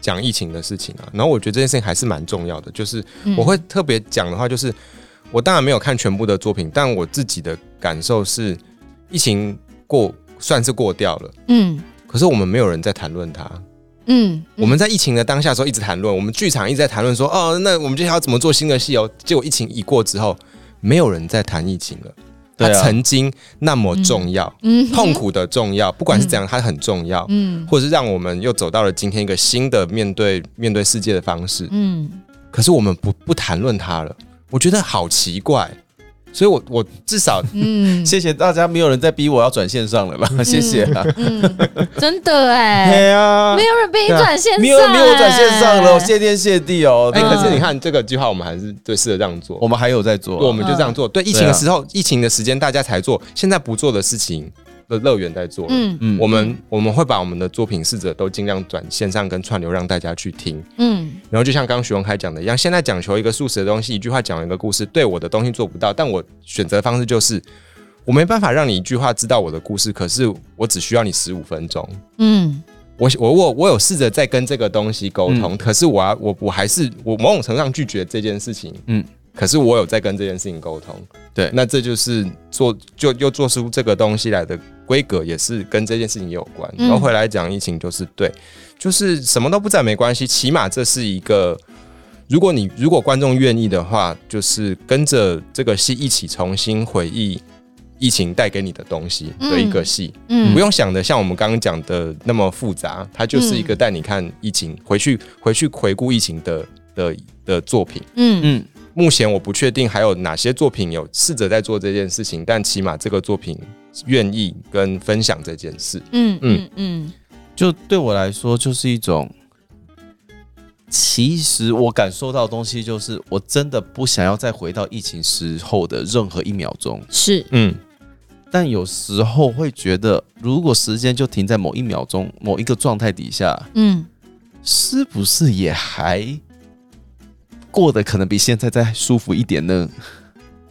[SPEAKER 3] 讲疫情的事情啊。然后我觉得这件事情还是蛮重要的，就是
[SPEAKER 2] 嗯
[SPEAKER 3] 我会特别讲的话，就是我当然没有看全部的作品，但我自己的感受是，疫情过算是过掉了，
[SPEAKER 2] 嗯
[SPEAKER 3] 可是我们没有人在谈论它。
[SPEAKER 2] 嗯，
[SPEAKER 3] 我们在疫情的当下的时候一直谈论，我们剧场一直在谈论说，哦，那我们接下来要怎么做新的戏哦？结果疫情一过之后，没有人在谈疫情了。它
[SPEAKER 1] 对啊
[SPEAKER 3] 曾经那么重要，
[SPEAKER 2] 嗯
[SPEAKER 3] 痛，苦的重要，不管是怎样，它很重要，
[SPEAKER 2] 嗯
[SPEAKER 3] 或者是让我们又走到了今天一个新的面对面对世界的方式。
[SPEAKER 2] 嗯
[SPEAKER 3] 可是我们不不谈论它了，我觉得好奇怪。所以我，我至少
[SPEAKER 2] 嗯
[SPEAKER 1] 谢谢大家，没有人在逼我要转线上了啦，谢谢啊。
[SPEAKER 2] 嗯，真 的哎、
[SPEAKER 1] 对啊
[SPEAKER 2] 没，有人被你转线上、
[SPEAKER 1] 没有没有转线上了，
[SPEAKER 2] 哎
[SPEAKER 1] 谢天谢地哦。
[SPEAKER 3] 哎、
[SPEAKER 1] 那
[SPEAKER 3] 可
[SPEAKER 1] 个
[SPEAKER 3] 是你看这个计划，我们还是对试着这样做。
[SPEAKER 1] 我们还有在
[SPEAKER 3] 对我
[SPEAKER 1] 做啊，
[SPEAKER 3] 们就这样做。对，疫情
[SPEAKER 1] 对
[SPEAKER 3] 的
[SPEAKER 1] 啊
[SPEAKER 3] 时候，疫情的时间大家才做，现在不做的事情的乐园在做。嗯，
[SPEAKER 2] 嗯
[SPEAKER 1] 嗯
[SPEAKER 3] 我们我们会把我们的作品试着都尽量转线上跟串流，让大家去听。
[SPEAKER 2] 嗯
[SPEAKER 3] 然后就像刚刚徐荣开讲的一样，现在讲求一个速食的东西，一句话讲完一个故事，对我的东西做不到，但我选择方式就是。我没办法让你一句话知道我的故事，可是我只需要你十五分钟。
[SPEAKER 2] 嗯
[SPEAKER 3] 我我我我有试着在跟这个东西沟通，可是我要我我还是我某种程度上拒绝这件事情，
[SPEAKER 1] 嗯
[SPEAKER 3] 嗯，可是我有在跟这件事情沟通，
[SPEAKER 1] 对
[SPEAKER 3] 那这就是做就又做出这个东西来的规格，也是跟这件事情也有关。
[SPEAKER 2] 嗯
[SPEAKER 3] 然后回来讲疫情，就是对，就是什么都不在没关系，起码这是一个。如果你如果观众愿意的话，就是跟着这个戏一起重新回忆疫情带给你的东西的一个戏，
[SPEAKER 2] 嗯，
[SPEAKER 3] 不用想的像我们刚刚讲的那么复杂，它就是一个
[SPEAKER 2] 嗯
[SPEAKER 3] 带你看疫情，回去回去回顾疫情的的的作品。
[SPEAKER 2] 嗯
[SPEAKER 1] 嗯，
[SPEAKER 3] 目前我不确定还有哪些作品有试着在做这件事情，但起码这个作品愿意跟分享这件事。
[SPEAKER 2] 嗯嗯
[SPEAKER 3] 嗯
[SPEAKER 2] 嗯
[SPEAKER 1] 就对我来说就是一种，其实我感受到的东西就是，我真的不想要再回到疫情时候的任何一秒钟，
[SPEAKER 2] 是，
[SPEAKER 3] 嗯，
[SPEAKER 1] 但有时候会觉得，如果时间就停在某一秒钟、某一个状态底下，
[SPEAKER 2] 嗯
[SPEAKER 1] 是不是也还过得可能比现在再舒服一点呢？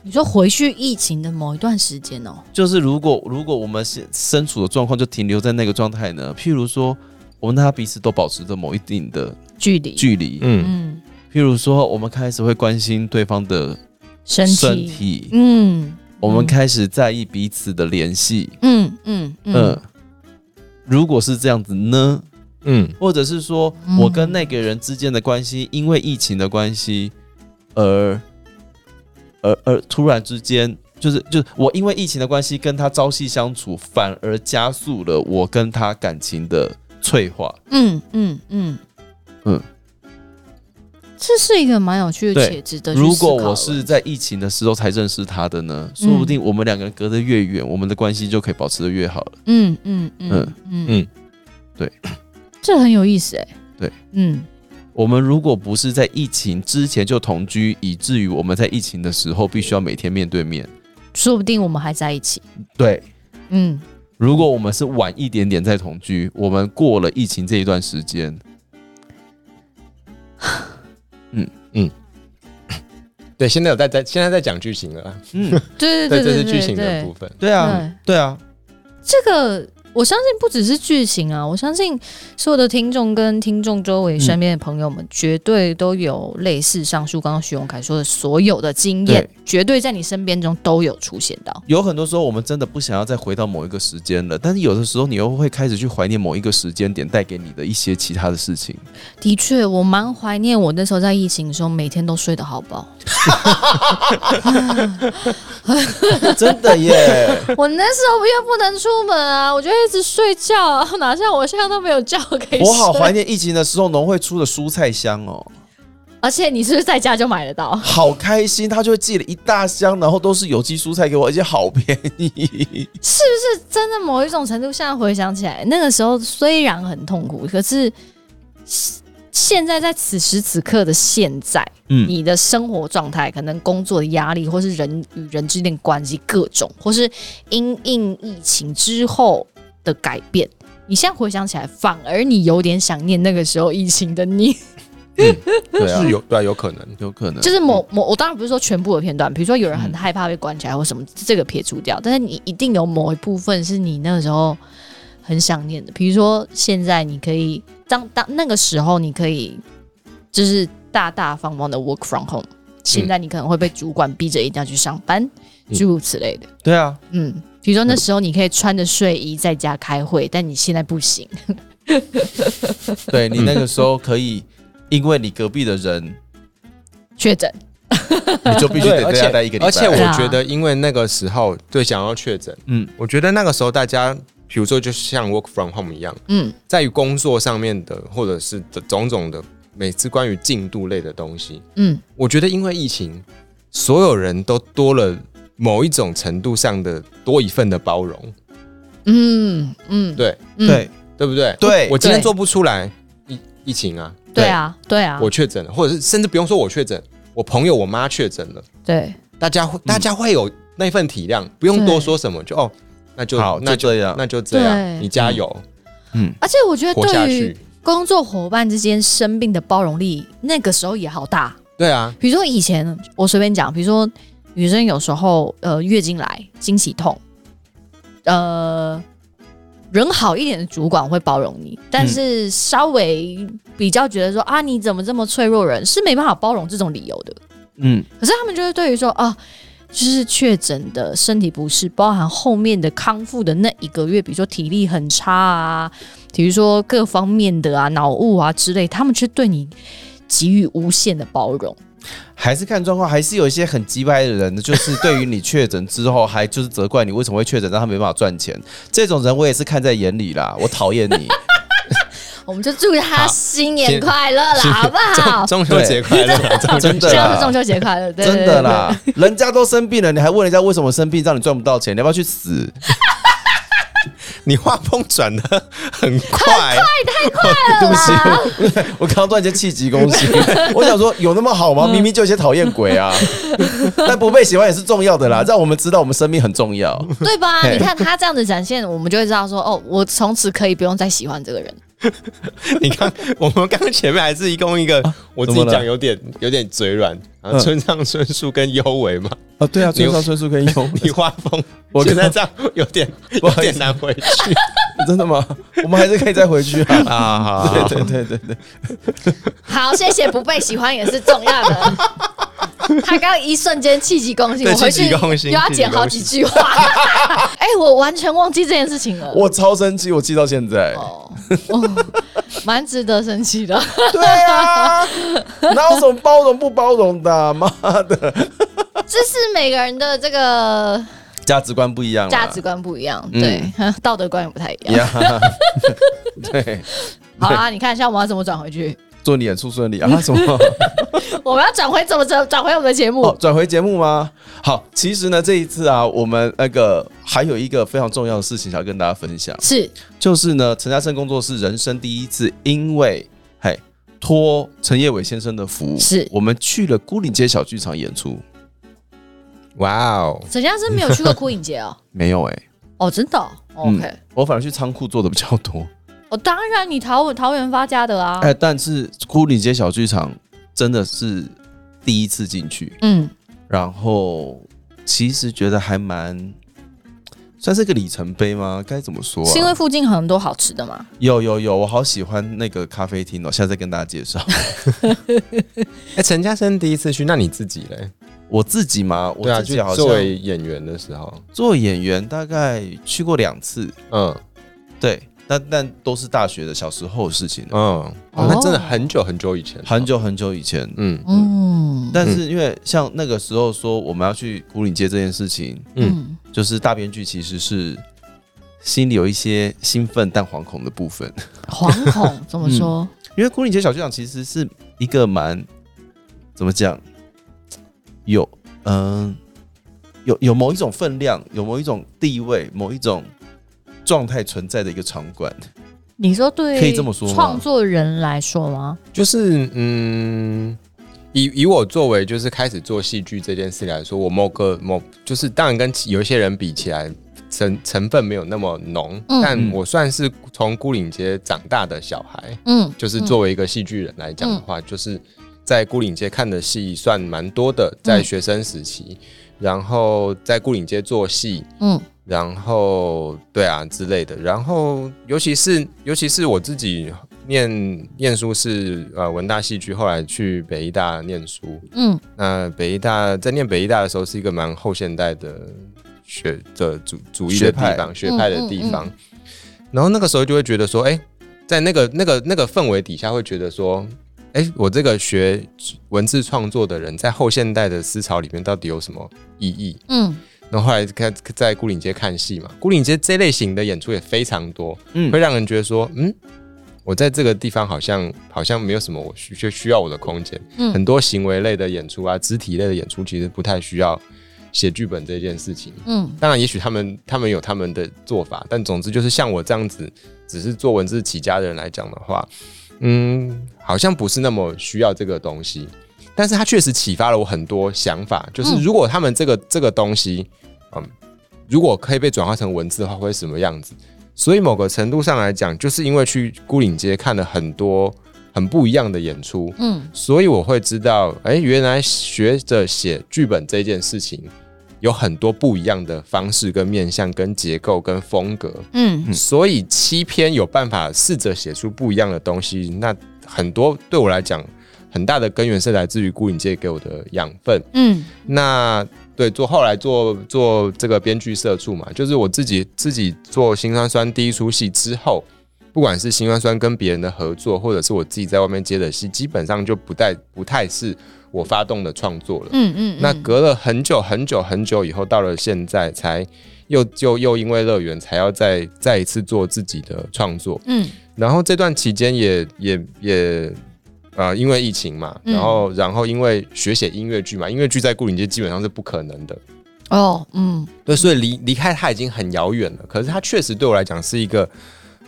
[SPEAKER 2] 你说回去疫情的某一段时间哦，
[SPEAKER 1] 就是如果如果我们现身处的状况就停留在那个状态呢，譬如说，我们大家彼此都保持着某一定的
[SPEAKER 2] 距离，
[SPEAKER 1] 距离，
[SPEAKER 3] 嗯，
[SPEAKER 2] 嗯，
[SPEAKER 1] 譬如说，我们开始会关心对方的
[SPEAKER 2] 身体，
[SPEAKER 1] 身体，
[SPEAKER 2] 嗯
[SPEAKER 1] 我们开始在意彼此的联系，
[SPEAKER 2] 嗯嗯
[SPEAKER 1] 嗯、
[SPEAKER 2] 嗯
[SPEAKER 1] 如果是这样子呢，
[SPEAKER 3] 嗯，
[SPEAKER 1] 或者是说
[SPEAKER 2] 嗯
[SPEAKER 1] 我跟那个人之间的关系，因为疫情的关系，而而而突然之间，就是就是我因为疫情的关系跟他朝夕相处，反而加速了我跟他感情的脆化。
[SPEAKER 2] 嗯嗯嗯
[SPEAKER 1] 嗯，
[SPEAKER 2] 这是一个蛮有趣的
[SPEAKER 1] 对
[SPEAKER 2] 且值得去
[SPEAKER 1] 如
[SPEAKER 2] 思
[SPEAKER 1] 果
[SPEAKER 2] 考的
[SPEAKER 1] 我是在疫情的时候才认识他的呢，说不
[SPEAKER 2] 嗯
[SPEAKER 1] 定我们两个人隔得越远，我们的关系就可以保持得越好了。
[SPEAKER 2] 嗯嗯嗯
[SPEAKER 1] 嗯
[SPEAKER 2] 嗯嗯
[SPEAKER 3] 嗯，
[SPEAKER 1] 对，
[SPEAKER 2] 这很有意思哎、
[SPEAKER 1] 对，
[SPEAKER 2] 嗯，
[SPEAKER 1] 我们如果不是在疫情之前就同居，以至于我们在疫情的时候必须要每天面对面。
[SPEAKER 2] 说不定我们还在一起。
[SPEAKER 1] 对，
[SPEAKER 2] 嗯，
[SPEAKER 1] 如果我们是晚一点点再同居，我们过了疫情这一段时间，
[SPEAKER 3] 对，现在有在在现在在讲剧情了啦，
[SPEAKER 1] 嗯，
[SPEAKER 2] 对对
[SPEAKER 3] 对，这是
[SPEAKER 2] 对
[SPEAKER 3] 剧情
[SPEAKER 2] 对
[SPEAKER 3] 的
[SPEAKER 2] 对
[SPEAKER 3] 部，分。
[SPEAKER 1] 对啊，对啊，
[SPEAKER 2] 这个我相信不只是剧情啊，我相信所有的听众跟听众周围身边的朋友们，绝对都有类似上述刚刚徐永凯说的所有的经验
[SPEAKER 1] 对，
[SPEAKER 2] 绝对在你身边中都有出现到。
[SPEAKER 1] 有很多时候我们真的不想要再回到某一个时间了，但是有的时候你又会开始去怀念某一个时间点带给你的一些其他的事 情。
[SPEAKER 2] 的确，我蛮怀念我那时候在疫情的时候，每天都睡得好 饱。
[SPEAKER 1] 真的耶，
[SPEAKER 2] 我那时候因为不能出门啊，我就一直睡觉啊，哪像我现在 都没有觉可以睡。
[SPEAKER 1] 我好怀念疫情的时候农会出的蔬菜箱哦，
[SPEAKER 2] 而且你是不是在家就买得到？
[SPEAKER 1] 好开心，他就会寄了一大箱，然后都是有机蔬菜给我，而且好便宜。
[SPEAKER 2] 真的某一种程度，现在回想起来，那个时候虽然很痛苦，可是现现在在此时此刻的现在，
[SPEAKER 1] 嗯
[SPEAKER 2] 你的生活状态，可能工作的压力，或是人与人之间的关系各种，或是因应疫情之后的改变，你现在回想起来，反而你有点想念那个时候疫情的你。
[SPEAKER 1] 对啊
[SPEAKER 3] 是，有对啊，有可能。
[SPEAKER 1] 有可能
[SPEAKER 2] 就是某某，我当然不是说全部的片段，比如说有人很
[SPEAKER 1] 嗯
[SPEAKER 2] 害怕被关起来或什么，这个撇除掉，但是你一定有某一部分是你那个时候很想念的，比如说现在你可以当当那个时候你可以就是大大方方的 work from home，现在你可能会被主管逼着一定要去上班，
[SPEAKER 3] 嗯
[SPEAKER 2] 诸如此类的，
[SPEAKER 1] 对啊，
[SPEAKER 2] 嗯。比如说那时候你可以穿着睡衣在家开会，但你现在不行。
[SPEAKER 1] 对你那个时候可 以，因为你隔壁的 人，
[SPEAKER 2] 确诊，
[SPEAKER 1] 你就必须
[SPEAKER 3] 对，
[SPEAKER 1] 得在
[SPEAKER 3] 而且
[SPEAKER 1] 家待一个礼拜。
[SPEAKER 3] 而且
[SPEAKER 2] 对啊
[SPEAKER 3] 我觉得，因为那个时候对想要确诊，
[SPEAKER 1] 嗯，
[SPEAKER 3] 我觉得那个时候大家，比如说就像 work from home 一样，
[SPEAKER 2] 嗯，
[SPEAKER 3] 在于工作上面的，或者是种种的每次关于进度类的东西，
[SPEAKER 2] 嗯，
[SPEAKER 3] 我觉得因为疫情，所有人都多了某一种程度上的多一份的包容，
[SPEAKER 2] 嗯嗯，
[SPEAKER 3] 对
[SPEAKER 2] 嗯
[SPEAKER 1] 对
[SPEAKER 3] 对不对？
[SPEAKER 1] 对
[SPEAKER 3] 我今天
[SPEAKER 2] 对
[SPEAKER 3] 做不出来疫疫情啊，
[SPEAKER 2] 对啊，对啊，
[SPEAKER 3] 我确诊了，或者是甚至不用说我确诊，我朋友我妈确诊了。
[SPEAKER 2] 对
[SPEAKER 3] 大家会大家会有那份体谅，不用多说什么，就哦，那就
[SPEAKER 1] 好，
[SPEAKER 3] 那
[SPEAKER 1] 那
[SPEAKER 3] 就
[SPEAKER 1] 这样，
[SPEAKER 3] 那就这样，
[SPEAKER 2] 对
[SPEAKER 3] 你加油，
[SPEAKER 1] 嗯，
[SPEAKER 2] 而且我觉得
[SPEAKER 3] 活下
[SPEAKER 2] 对于
[SPEAKER 3] 去。
[SPEAKER 2] 工作伙伴之间生病的包容力，那个时候也好大。
[SPEAKER 3] 对啊，
[SPEAKER 2] 比如说以前我随便讲，比如说女生有时候呃月经来经期痛，呃人好一点的主管会包容你，但是稍微比较觉得说、啊你怎么这么脆弱人是没办法包容这种理由的。
[SPEAKER 1] 嗯，
[SPEAKER 2] 可是他们就是对于说啊，就是确诊的身体不适，包含后面的康复的那一个月，比如说体力很差啊，比如说各方面的啊脑雾啊之类，他们却对你给予无限的包容。
[SPEAKER 1] 还是看状况，还是有一些很鸡掰的人， 就是对于你确诊之后，还就是责怪你为什么会确诊，让他没办法赚钱。这种人我也是看在眼里啦，我 讨厌你。
[SPEAKER 2] 我们就祝他
[SPEAKER 3] 好
[SPEAKER 2] 新年快乐 啦，好不好？
[SPEAKER 3] 中中秋节快乐，中秋
[SPEAKER 1] 真的
[SPEAKER 2] 这样是中
[SPEAKER 1] 啦，
[SPEAKER 2] 秋节快乐，对
[SPEAKER 1] 真的。啦，人家都生病了，你还问人家为什么生病，让你赚不到钱，你要不要去死？
[SPEAKER 3] 你画风转的很快，
[SPEAKER 1] 对不起， 我刚刚突然间气急攻心。 我想说，有那么好吗？明明就有些讨厌鬼啊， 但不被喜欢也是重要的啦，让我们知道我们生命很重要。
[SPEAKER 2] 对对对吧？
[SPEAKER 1] 嘿
[SPEAKER 2] 你看他这样子展现，我们就会知道说，哦，我从此可以不用再喜欢这个人。
[SPEAKER 3] 你看我们刚刚前面还是一共一个，我自己
[SPEAKER 1] 啊怎么了
[SPEAKER 3] 讲有点有点嘴软，啊
[SPEAKER 1] 嗯
[SPEAKER 3] 村上春树跟幽 为嘛，
[SPEAKER 1] 啊，对啊，
[SPEAKER 3] 村上
[SPEAKER 1] 春树跟用
[SPEAKER 3] 你画风
[SPEAKER 1] 我
[SPEAKER 3] 现在这样有点有
[SPEAKER 1] 不好意思
[SPEAKER 3] 点难回去
[SPEAKER 1] 真的吗？我们还是可以再回去 啊。
[SPEAKER 3] 啊，好
[SPEAKER 1] 对对对对对，
[SPEAKER 2] 好，谢谢不被喜欢也是重要的。他刚一瞬间气急攻心，
[SPEAKER 3] 对
[SPEAKER 2] 我回去
[SPEAKER 3] 气急攻
[SPEAKER 2] 又
[SPEAKER 3] 心
[SPEAKER 2] 要剪好几句话。 哎、我完全忘记这件事情了。
[SPEAKER 1] 我超生气，我气到现在。
[SPEAKER 2] 哦，哦蛮值得生气的。
[SPEAKER 1] 对啊，哪有什么包容不包容的啊、妈的，
[SPEAKER 2] 这是每个人的这个
[SPEAKER 1] 价值观不一样啦，啊
[SPEAKER 2] 价值观不一样，
[SPEAKER 1] 嗯
[SPEAKER 2] 对，道德观也不太一样。 啊
[SPEAKER 1] 呀。对，
[SPEAKER 2] 好啦，你看一下我们要怎么转回去？
[SPEAKER 1] 祝你演出顺利啊！什么？
[SPEAKER 2] 我们要转回怎么转转回我们的节目？
[SPEAKER 1] 哦，转回节目吗？好，其实呢，这一次啊，我们那个还有一个非常重要的事情想要跟大家分享，
[SPEAKER 2] 是
[SPEAKER 1] 就是呢，陈嘉生工作室人生第一次，因为嘿托陈业伟先生的福，
[SPEAKER 2] 是
[SPEAKER 1] 我们去了孤岭街小剧场演出，
[SPEAKER 3] 哇哦，
[SPEAKER 2] 沈先生没有去过枯影节哦，
[SPEAKER 1] 没有哎、
[SPEAKER 2] 哦，真的哦
[SPEAKER 1] 嗯
[SPEAKER 2] ，OK，
[SPEAKER 1] 我反而去仓库做的比较多，
[SPEAKER 2] 哦，当然你桃桃园发家的啊
[SPEAKER 1] 哎、，但是孤岭街小剧场真的是第一次进去，
[SPEAKER 2] 嗯，
[SPEAKER 1] 然后其实觉得还蛮。算是个里程碑吗？该怎么说、啊？
[SPEAKER 2] 是因为附近很多好吃的吗？
[SPEAKER 1] 有有有，我好喜欢那个咖啡厅哦，下次再跟大家介 绍。
[SPEAKER 3] 哎，陈嘉生第一次去，那你自己嘞？
[SPEAKER 1] 我自己嘛，我
[SPEAKER 3] 对啊，
[SPEAKER 1] 自
[SPEAKER 3] 就
[SPEAKER 1] 己好像
[SPEAKER 3] 作为演员的时候，
[SPEAKER 1] 做演员，大概去过两次，
[SPEAKER 3] 嗯
[SPEAKER 1] 对，但但都是大学的小时候的事情了，
[SPEAKER 3] 嗯，哦那真的很久很久以前，
[SPEAKER 1] 很，久很久以前。
[SPEAKER 3] 嗯
[SPEAKER 2] 嗯，
[SPEAKER 1] 但是因为像那个时候说我们要去古岭街这件事情，
[SPEAKER 2] 嗯，
[SPEAKER 1] 就是大编剧其实是心里有一些兴奋但惶恐的部分，
[SPEAKER 2] 惶恐怎么说？
[SPEAKER 1] 因为古岭街小剧场其实是一个蛮怎么讲，有嗯、有有某一种分量，有某一种地位，某一种状态存在的一个场馆。
[SPEAKER 2] 你说对，
[SPEAKER 1] 可以这么说吗
[SPEAKER 2] 创作人来说吗？
[SPEAKER 3] 就是嗯，以以我作为就是开始做戏剧这件事来说，我某个某就是当然跟其有一些人比起来。成成分没有那么浓，
[SPEAKER 2] 嗯
[SPEAKER 3] 但我算是从孤岭街长大的小孩，
[SPEAKER 2] 嗯，
[SPEAKER 3] 就是作为一个戏剧人来讲的话，就是在孤岭街看的戏算蛮多的，在学生时期，然后在孤岭街做戏，
[SPEAKER 2] 嗯，
[SPEAKER 3] 然后对啊之类的，然后尤其是尤其是我自己念念书是呃文大戏剧，后来去北医大念书，
[SPEAKER 2] 嗯，
[SPEAKER 3] 那北医大在念北医大的时候是一个蛮后现代的学的主主义
[SPEAKER 1] 学
[SPEAKER 3] 的地
[SPEAKER 1] 派
[SPEAKER 3] 方，学
[SPEAKER 2] 嗯
[SPEAKER 3] 派的
[SPEAKER 2] 嗯
[SPEAKER 3] 地
[SPEAKER 2] 嗯
[SPEAKER 3] 方。然后那个时候就会觉得说，哎、在那个那个那个氛围底下，会觉得说，哎、我这个学文字创作的人，在后现代的思潮里面到底有什么意义？
[SPEAKER 2] 嗯，
[SPEAKER 3] 然后后来看在孤岭街看戏嘛，孤岭街这类型的演出也非常多，
[SPEAKER 1] 嗯
[SPEAKER 3] 会让人觉得说，嗯，我在这个地方好像好像没有什么我需需需要我的空间，
[SPEAKER 2] 嗯
[SPEAKER 3] 很多行为类的演出啊，肢体类的演出其实不太需要写剧本这件事情。
[SPEAKER 2] 嗯，
[SPEAKER 3] 当然，也许他们他们有他们的做法，但总之就是像我这样子，只是做文字起家的人来讲的话，嗯，好像不是那么需要这个东西。嗯但是它确实启发了我很多想法，就是
[SPEAKER 2] 嗯
[SPEAKER 3] 如果他们这个这个东西，嗯，如果可以被转化成文字的话，会是什么样子？所以某个程度上来讲，就是因为去孤岭街看了很多很不一样的演出，
[SPEAKER 2] 嗯，
[SPEAKER 3] 所以我会知道，哎、原来学着写剧本这件事情，有很多不一样的方式、跟面向、跟结构、跟风格。
[SPEAKER 2] 嗯，
[SPEAKER 3] 所以七篇有办法试着写出不一样的东西，那很多对我来讲，很大的根源是来自于孤影界给我的养分。
[SPEAKER 2] 嗯，
[SPEAKER 3] 那对做后来做做这个编剧社畜嘛，就是我自己自己做《辛酸酸》第一出戏之后，不管是《辛酸酸》跟别人的合作，或者是我自己在外面接的戏，基本上就不太不太是我发动的创作了。
[SPEAKER 2] 嗯，嗯，
[SPEAKER 3] 那隔了很久很久很久以后，到了现在才又就又因为乐园才要再再一次做自己的创作，
[SPEAKER 2] 嗯，
[SPEAKER 3] 然后这段期间也也也呃，因为疫情嘛，
[SPEAKER 2] 嗯
[SPEAKER 3] 然后、然后因为学写音乐剧嘛，音乐剧在固岭街基本上是不可能的，
[SPEAKER 2] 哦，嗯，
[SPEAKER 3] 对，所以离离开它已经很遥远了。可是它确实对我来讲是一个，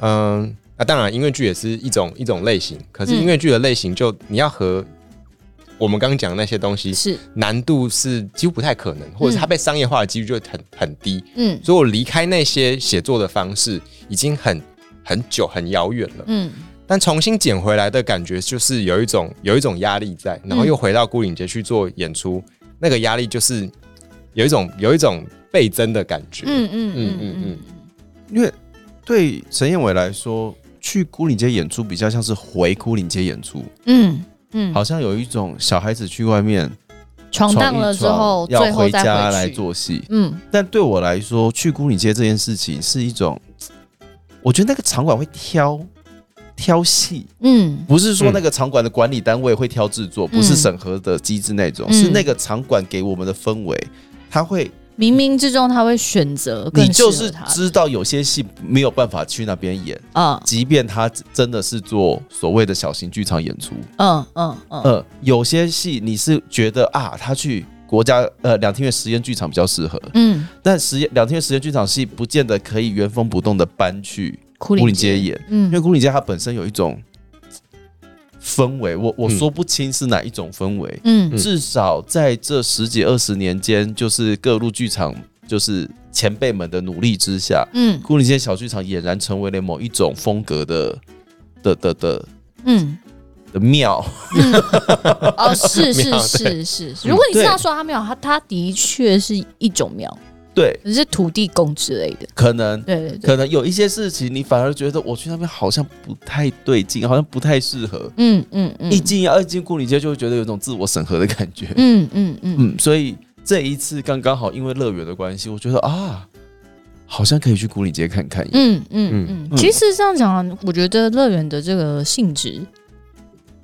[SPEAKER 3] 嗯，那、当然音乐剧也是一种一种类型，可是
[SPEAKER 2] 嗯
[SPEAKER 3] 音乐剧的类型就你要和我们刚刚讲的那些东西
[SPEAKER 2] 是，
[SPEAKER 3] 难度是几乎不太可能，或者是它被商业化的几率就很很低。
[SPEAKER 2] 嗯，
[SPEAKER 3] 所以我离开那些写作的方式已经很很久很遥远了。
[SPEAKER 2] 嗯，
[SPEAKER 3] 但重新捡回来的感觉，就是有一种有一种压力在，然后又回到孤岭街去做演出，那个压力就是有一种有一种倍增的感觉。
[SPEAKER 2] 嗯，嗯，嗯，
[SPEAKER 1] 因为对陈彦伟来说，去孤岭街演出比较像是回孤岭街演出，
[SPEAKER 2] 嗯，嗯，
[SPEAKER 1] 好，像有一种小孩子去外面
[SPEAKER 2] 闯荡
[SPEAKER 1] 闯一
[SPEAKER 2] 了之
[SPEAKER 1] 闯
[SPEAKER 2] 后，
[SPEAKER 1] 要
[SPEAKER 2] 最后
[SPEAKER 1] 回
[SPEAKER 2] 再
[SPEAKER 1] 家来
[SPEAKER 2] 回去，
[SPEAKER 1] 做戏。
[SPEAKER 2] 嗯，
[SPEAKER 1] 但对我来说，去孤岭街这件事情是一种，我觉得那个场馆会挑挑戏，
[SPEAKER 2] 嗯，
[SPEAKER 1] 不是说那个场馆的管理单位会挑制作，不是审核的机制那种，
[SPEAKER 2] 嗯
[SPEAKER 1] 是那个场馆给我们的氛围，它会
[SPEAKER 2] 冥冥之中他会选择更
[SPEAKER 1] 你就
[SPEAKER 2] 适合
[SPEAKER 1] 是
[SPEAKER 2] 他
[SPEAKER 1] 知道有些戏没有办法去那边演，
[SPEAKER 2] 嗯
[SPEAKER 1] 即便他真的是做所谓的小型剧场演出，
[SPEAKER 2] 嗯嗯嗯，
[SPEAKER 1] 呃，有些戏你是觉得啊，他去国家呃两厅院实验剧场比较适合，
[SPEAKER 2] 嗯，
[SPEAKER 1] 但实验两厅院实验剧场戏不见得可以原封不动的搬去古
[SPEAKER 2] 苦岭
[SPEAKER 1] 岭街，演，因为
[SPEAKER 2] 嗯
[SPEAKER 1] 古岭街它本身有一种氛围，我我
[SPEAKER 3] 嗯
[SPEAKER 1] 说不清是哪一种氛围，
[SPEAKER 2] 嗯
[SPEAKER 1] 至少在这十几二十年间，就是各路剧场就是前辈们的努力之下，
[SPEAKER 2] 嗯
[SPEAKER 1] 古岭街小剧场俨然成为了某一种风格的的的的
[SPEAKER 2] 嗯
[SPEAKER 1] 的庙。
[SPEAKER 2] 嗯，哦，是是
[SPEAKER 3] 庙
[SPEAKER 2] 是是，是如果你
[SPEAKER 1] 对
[SPEAKER 2] 是要说他庙，他他的确是一种庙，
[SPEAKER 1] 对，
[SPEAKER 2] 只是土地公之类的，
[SPEAKER 1] 可能
[SPEAKER 2] 对对对，
[SPEAKER 1] 可能有一些事情，你反而觉得我去那边好像不太对劲，好像不太适合。
[SPEAKER 2] 嗯嗯嗯，
[SPEAKER 1] 一进二进古岭街，就会觉得有一种自我审核的感觉。
[SPEAKER 2] 嗯嗯嗯，
[SPEAKER 1] 嗯，所以这一次刚刚好，因为乐园的关系，我觉得啊，好像可以去古岭街看看。
[SPEAKER 2] 嗯嗯嗯
[SPEAKER 1] 嗯
[SPEAKER 2] 嗯，其实这样讲啊，我觉得乐园的这个性质，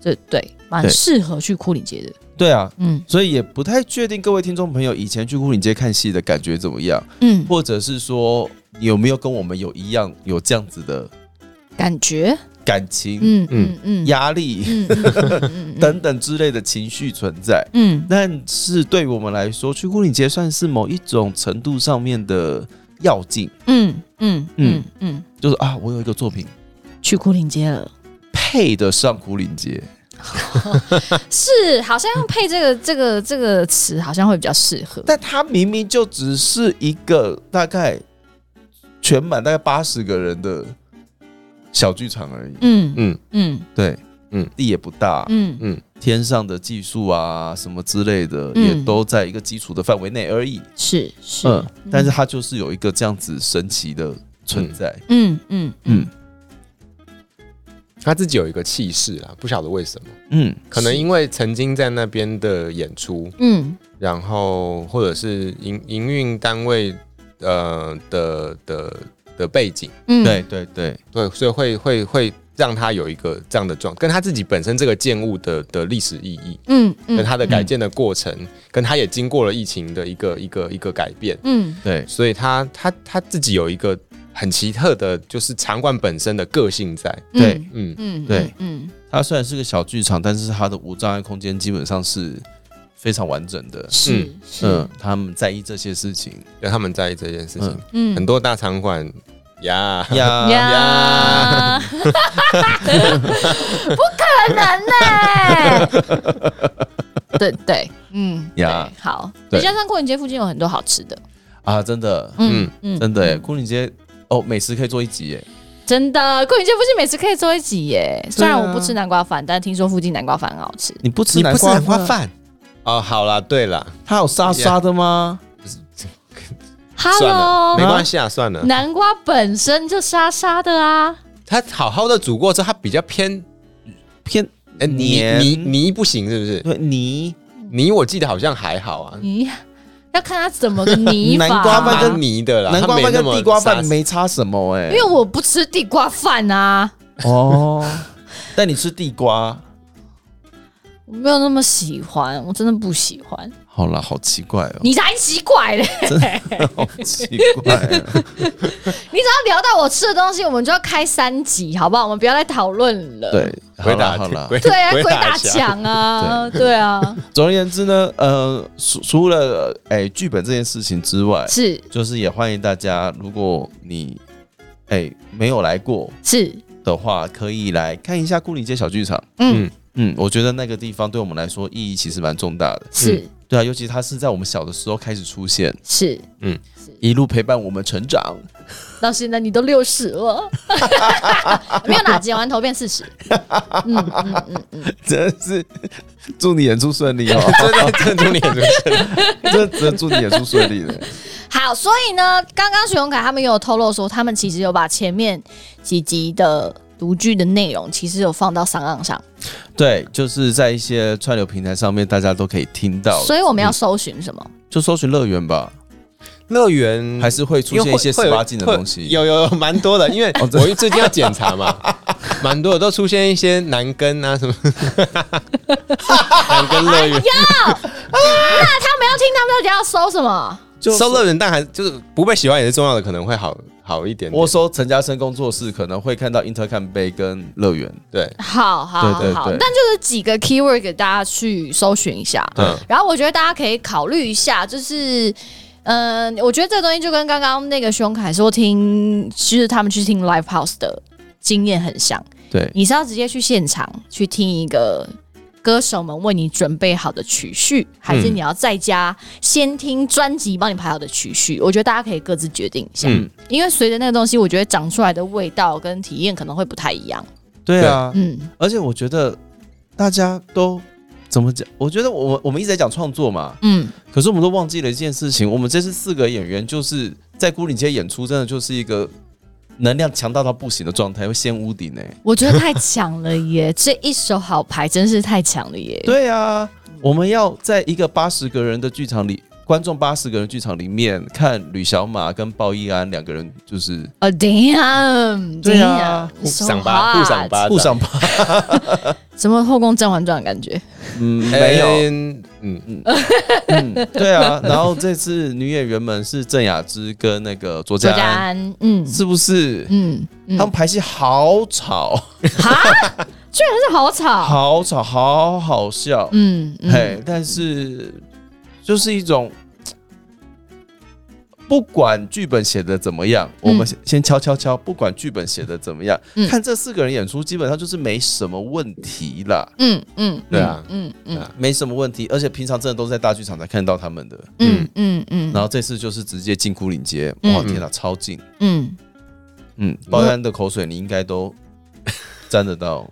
[SPEAKER 2] 这对蛮
[SPEAKER 1] 对
[SPEAKER 2] 适合去库里街的。
[SPEAKER 1] 对啊，
[SPEAKER 2] 嗯
[SPEAKER 1] 所以也不太确定各位听众朋友以前去古岭街看戏的感觉怎么样，
[SPEAKER 2] 嗯，
[SPEAKER 1] 或者是说有没有跟我们有一样有这样子的
[SPEAKER 2] 感觉，
[SPEAKER 1] 感情、
[SPEAKER 2] 嗯嗯嗯，
[SPEAKER 1] 压力
[SPEAKER 2] 嗯嗯嗯嗯
[SPEAKER 1] 等等之类的情绪存在。
[SPEAKER 2] 嗯
[SPEAKER 1] 但是对我们来说，去古岭街算是某一种程度上面的要进，
[SPEAKER 2] 嗯嗯嗯嗯，
[SPEAKER 1] 就是啊，我有一个作品
[SPEAKER 2] 去库林街了。
[SPEAKER 1] 配得上古岭街，
[SPEAKER 2] 是，好像用配这个这个这个词，好像会比较适合。
[SPEAKER 1] 但它明明就只是一个大概全满大概八十个人的小剧场而已，
[SPEAKER 2] 嗯
[SPEAKER 3] 嗯
[SPEAKER 2] 嗯
[SPEAKER 1] 对，嗯
[SPEAKER 3] 嗯，
[SPEAKER 1] 地也不大，
[SPEAKER 2] 嗯
[SPEAKER 3] 嗯，
[SPEAKER 1] 天上的技术啊什么之类的，
[SPEAKER 2] 嗯
[SPEAKER 1] 也都在一个基础的范围内而已，
[SPEAKER 2] 是是，
[SPEAKER 1] 嗯，但是它就是有一个这样子神奇的存在，
[SPEAKER 2] 嗯嗯
[SPEAKER 1] 嗯
[SPEAKER 2] 嗯
[SPEAKER 3] 他自己有一个气势啊，不晓得为什么，
[SPEAKER 1] 嗯
[SPEAKER 3] 可能因为曾经在那边的演出，
[SPEAKER 2] 嗯
[SPEAKER 3] 然后或者是营营运单位呃的的的背景，
[SPEAKER 2] 嗯，
[SPEAKER 1] 对，对对，
[SPEAKER 3] 对，所以会会会让他有一个这样的状，跟他自己本身这个建物的的历史意义，
[SPEAKER 2] 嗯嗯，
[SPEAKER 3] 跟他的改建的过程，跟他也经过了疫情的一个一个一个改变，
[SPEAKER 2] 嗯
[SPEAKER 1] 对，
[SPEAKER 3] 所以他他他自己有一个很奇特的，就是场馆本身的个性在，
[SPEAKER 2] 嗯
[SPEAKER 1] 对
[SPEAKER 3] 嗯，
[SPEAKER 2] 嗯
[SPEAKER 1] 对
[SPEAKER 2] 嗯
[SPEAKER 1] 它虽然是个小剧场，但是它的无障碍空间基本上是非常完整的
[SPEAKER 2] 嗯。是是
[SPEAKER 1] 嗯，他们在意这些事情
[SPEAKER 3] 让他们在意这件事情，
[SPEAKER 2] 嗯
[SPEAKER 3] 很多大场馆呀，
[SPEAKER 1] 呀
[SPEAKER 2] 呀，不可能呢。对对，嗯
[SPEAKER 1] 呀
[SPEAKER 2] 对好，
[SPEAKER 1] 对
[SPEAKER 2] 再加上过年街附近有很多好吃的，
[SPEAKER 1] 啊！真的，
[SPEAKER 2] 嗯
[SPEAKER 3] 嗯
[SPEAKER 2] 嗯，
[SPEAKER 1] 真的耶，牯岭街哦，美食可以做一集耶。
[SPEAKER 2] 真的，过年街附近美食可以做一集
[SPEAKER 3] 啊
[SPEAKER 2] 耶。虽然我不吃南瓜饭，但听说附近南瓜饭很好吃。
[SPEAKER 1] 你不吃
[SPEAKER 3] 你不
[SPEAKER 1] 南
[SPEAKER 3] 是
[SPEAKER 1] 瓜
[SPEAKER 3] 南瓜，饭哦，好啦，对啦，
[SPEAKER 1] 它有沙沙的吗？
[SPEAKER 3] 算了，
[SPEAKER 2] Hello，
[SPEAKER 3] 没关系啊，算了，
[SPEAKER 2] 南瓜本身就沙沙的啊，
[SPEAKER 3] 他好好的煮过之后，他比较偏
[SPEAKER 1] 偏
[SPEAKER 3] 哎泥
[SPEAKER 1] 黏
[SPEAKER 3] 泥泥不行，是不是？
[SPEAKER 1] 对泥
[SPEAKER 3] 泥我记得好像还好啊，
[SPEAKER 2] 你要看它怎么个泥 法、
[SPEAKER 1] 南瓜饭跟
[SPEAKER 3] 蛮泥的啦，
[SPEAKER 1] 南瓜饭
[SPEAKER 3] 它没那
[SPEAKER 1] 跟
[SPEAKER 3] 么
[SPEAKER 1] 地瓜饭
[SPEAKER 3] 沙
[SPEAKER 1] 没差什么哎
[SPEAKER 2] 因。为我不吃地瓜饭啊，
[SPEAKER 1] 哦， 但你吃地瓜，
[SPEAKER 2] 我没有那么喜欢，我真的不喜欢。
[SPEAKER 1] 好啦，好奇怪哦，
[SPEAKER 2] 你才奇怪嘞！
[SPEAKER 1] 好奇怪啊。
[SPEAKER 2] 你只要聊到我吃的东西，我们就要开三集，好不好？我们不要再讨论了。
[SPEAKER 1] 对，好
[SPEAKER 3] 鬼
[SPEAKER 1] 啦
[SPEAKER 3] 打
[SPEAKER 1] 好啦，
[SPEAKER 3] 鬼
[SPEAKER 2] 对啊，鬼打
[SPEAKER 3] 打
[SPEAKER 2] 墙
[SPEAKER 3] 墙，
[SPEAKER 2] 啊，对啊，
[SPEAKER 1] 总而言之呢，呃，除除了哎、剧本这件事情之外，
[SPEAKER 2] 是
[SPEAKER 1] 就是也欢迎大家，如果你哎、没有来过
[SPEAKER 2] 是，
[SPEAKER 1] 的话，可以来看一下顾里街小剧场。
[SPEAKER 2] 嗯
[SPEAKER 3] 嗯
[SPEAKER 1] 嗯，我觉得那个地方对我们来说意义其实蛮重大的。
[SPEAKER 2] 是
[SPEAKER 1] 对啊，尤其它是在我们小的时候开始出现，
[SPEAKER 2] 是，
[SPEAKER 1] 一路陪伴我们成长。
[SPEAKER 2] 到现在你都六十了，没有啦，剪完头变四十。嗯嗯嗯嗯，
[SPEAKER 1] 真的是祝你演出顺利哦，
[SPEAKER 3] 真的真的祝你很认真
[SPEAKER 1] 真的只能祝你演出顺利的。
[SPEAKER 2] 好，所以呢，刚刚徐永凯他们也有透露说，他们其实有把前面几集的独剧的内容，其实有放到三岸上，
[SPEAKER 1] 对，就是在一些串流平台上面，大家都可以听到，
[SPEAKER 2] 所以我们要搜寻什么？
[SPEAKER 1] 就搜寻乐园吧。
[SPEAKER 3] 乐园
[SPEAKER 1] 还是会出现一些十八禁的东西。哦
[SPEAKER 3] 有有有蛮多的，因为
[SPEAKER 1] 真的
[SPEAKER 3] 我最近要检查嘛， 蛮多的都出现一些男根 啊什么，男根乐园
[SPEAKER 1] 哎
[SPEAKER 2] 啊那他们要听，他们到底要搜什么？
[SPEAKER 1] 就
[SPEAKER 3] 收热人，但还就是不被喜欢也是重要的，可能会好好一点点。
[SPEAKER 1] 我搜陈嘉生工作室，可能会看到 Intercam 杯跟乐园。
[SPEAKER 3] 对，
[SPEAKER 2] 好好
[SPEAKER 1] 对对
[SPEAKER 2] 好，
[SPEAKER 1] 对
[SPEAKER 2] 但就是几个 keyword 给大家去搜寻一下。
[SPEAKER 3] 嗯
[SPEAKER 2] 然后我觉得大家可以考虑一下，就是。嗯，我觉得这个东西就跟刚刚那个熊凯说听，就是他们去听 live house 的经验很像。
[SPEAKER 1] 对，
[SPEAKER 2] 你是要直接去现场去听一个歌手们为你准备好的曲序，还是
[SPEAKER 3] 嗯
[SPEAKER 2] 你要在家先听专辑帮你排好的曲序？我觉得大家可以各自决定一下，
[SPEAKER 1] 嗯
[SPEAKER 2] 因为随着那个东西，我觉得长出来的味道跟体验可能会不太一样。
[SPEAKER 1] 对啊，
[SPEAKER 2] 嗯，
[SPEAKER 1] 而且我觉得大家都怎么讲？我觉得我们我们一直在讲创作嘛，
[SPEAKER 2] 嗯，
[SPEAKER 1] 可是我们都忘记了一件事情，我们这次四个演员就是在孤岭街演出，真的就是一个能量强大到不行的状态，会掀屋顶哎、
[SPEAKER 2] 我觉得太强了耶！ 这一手好牌真是太强了耶！
[SPEAKER 1] 对啊，我们要在一个八十个人的剧场里，观众八十个人剧场里面看吕小马跟鲍依安两个人就是
[SPEAKER 2] 哦、oh,，damn，
[SPEAKER 1] 对啊
[SPEAKER 2] damn, so
[SPEAKER 3] 赏巴互赏
[SPEAKER 2] hot
[SPEAKER 3] 巴掌
[SPEAKER 1] 互上吧，
[SPEAKER 2] 什么后宫甄嬛传的感觉？
[SPEAKER 1] 嗯，没有，
[SPEAKER 3] 嗯嗯，
[SPEAKER 1] 嗯，对啊。然后这次女演员们是郑雅芝跟那个卓
[SPEAKER 2] 作
[SPEAKER 1] 嘉
[SPEAKER 2] 家
[SPEAKER 1] 安，
[SPEAKER 2] 安，嗯
[SPEAKER 1] 啊是不是？
[SPEAKER 2] 嗯嗯，
[SPEAKER 1] 他们排戏好吵，
[SPEAKER 2] 但是好吵，
[SPEAKER 1] 好吵，好好笑，
[SPEAKER 2] 嗯，嗯
[SPEAKER 1] 嘿，但是就是一种。不管剧本写的怎么样，我们
[SPEAKER 2] 嗯
[SPEAKER 1] 先先敲敲敲。不管剧本写的怎么样，
[SPEAKER 2] 嗯
[SPEAKER 1] 看这四个人演出，基本上就是没什么问题啦，
[SPEAKER 2] 嗯嗯，
[SPEAKER 3] 对啊，
[SPEAKER 2] 嗯
[SPEAKER 3] 对
[SPEAKER 2] 嗯
[SPEAKER 3] 啊，
[SPEAKER 1] 没什么问题。而且平常真的都是在大剧场才看到他们的，
[SPEAKER 2] 嗯嗯嗯，
[SPEAKER 1] 然后这次就是直接进枯岭街，
[SPEAKER 2] 嗯
[SPEAKER 1] 哇天哪，超近！
[SPEAKER 2] 嗯，
[SPEAKER 1] 嗯，包安的口水你应该都沾得到，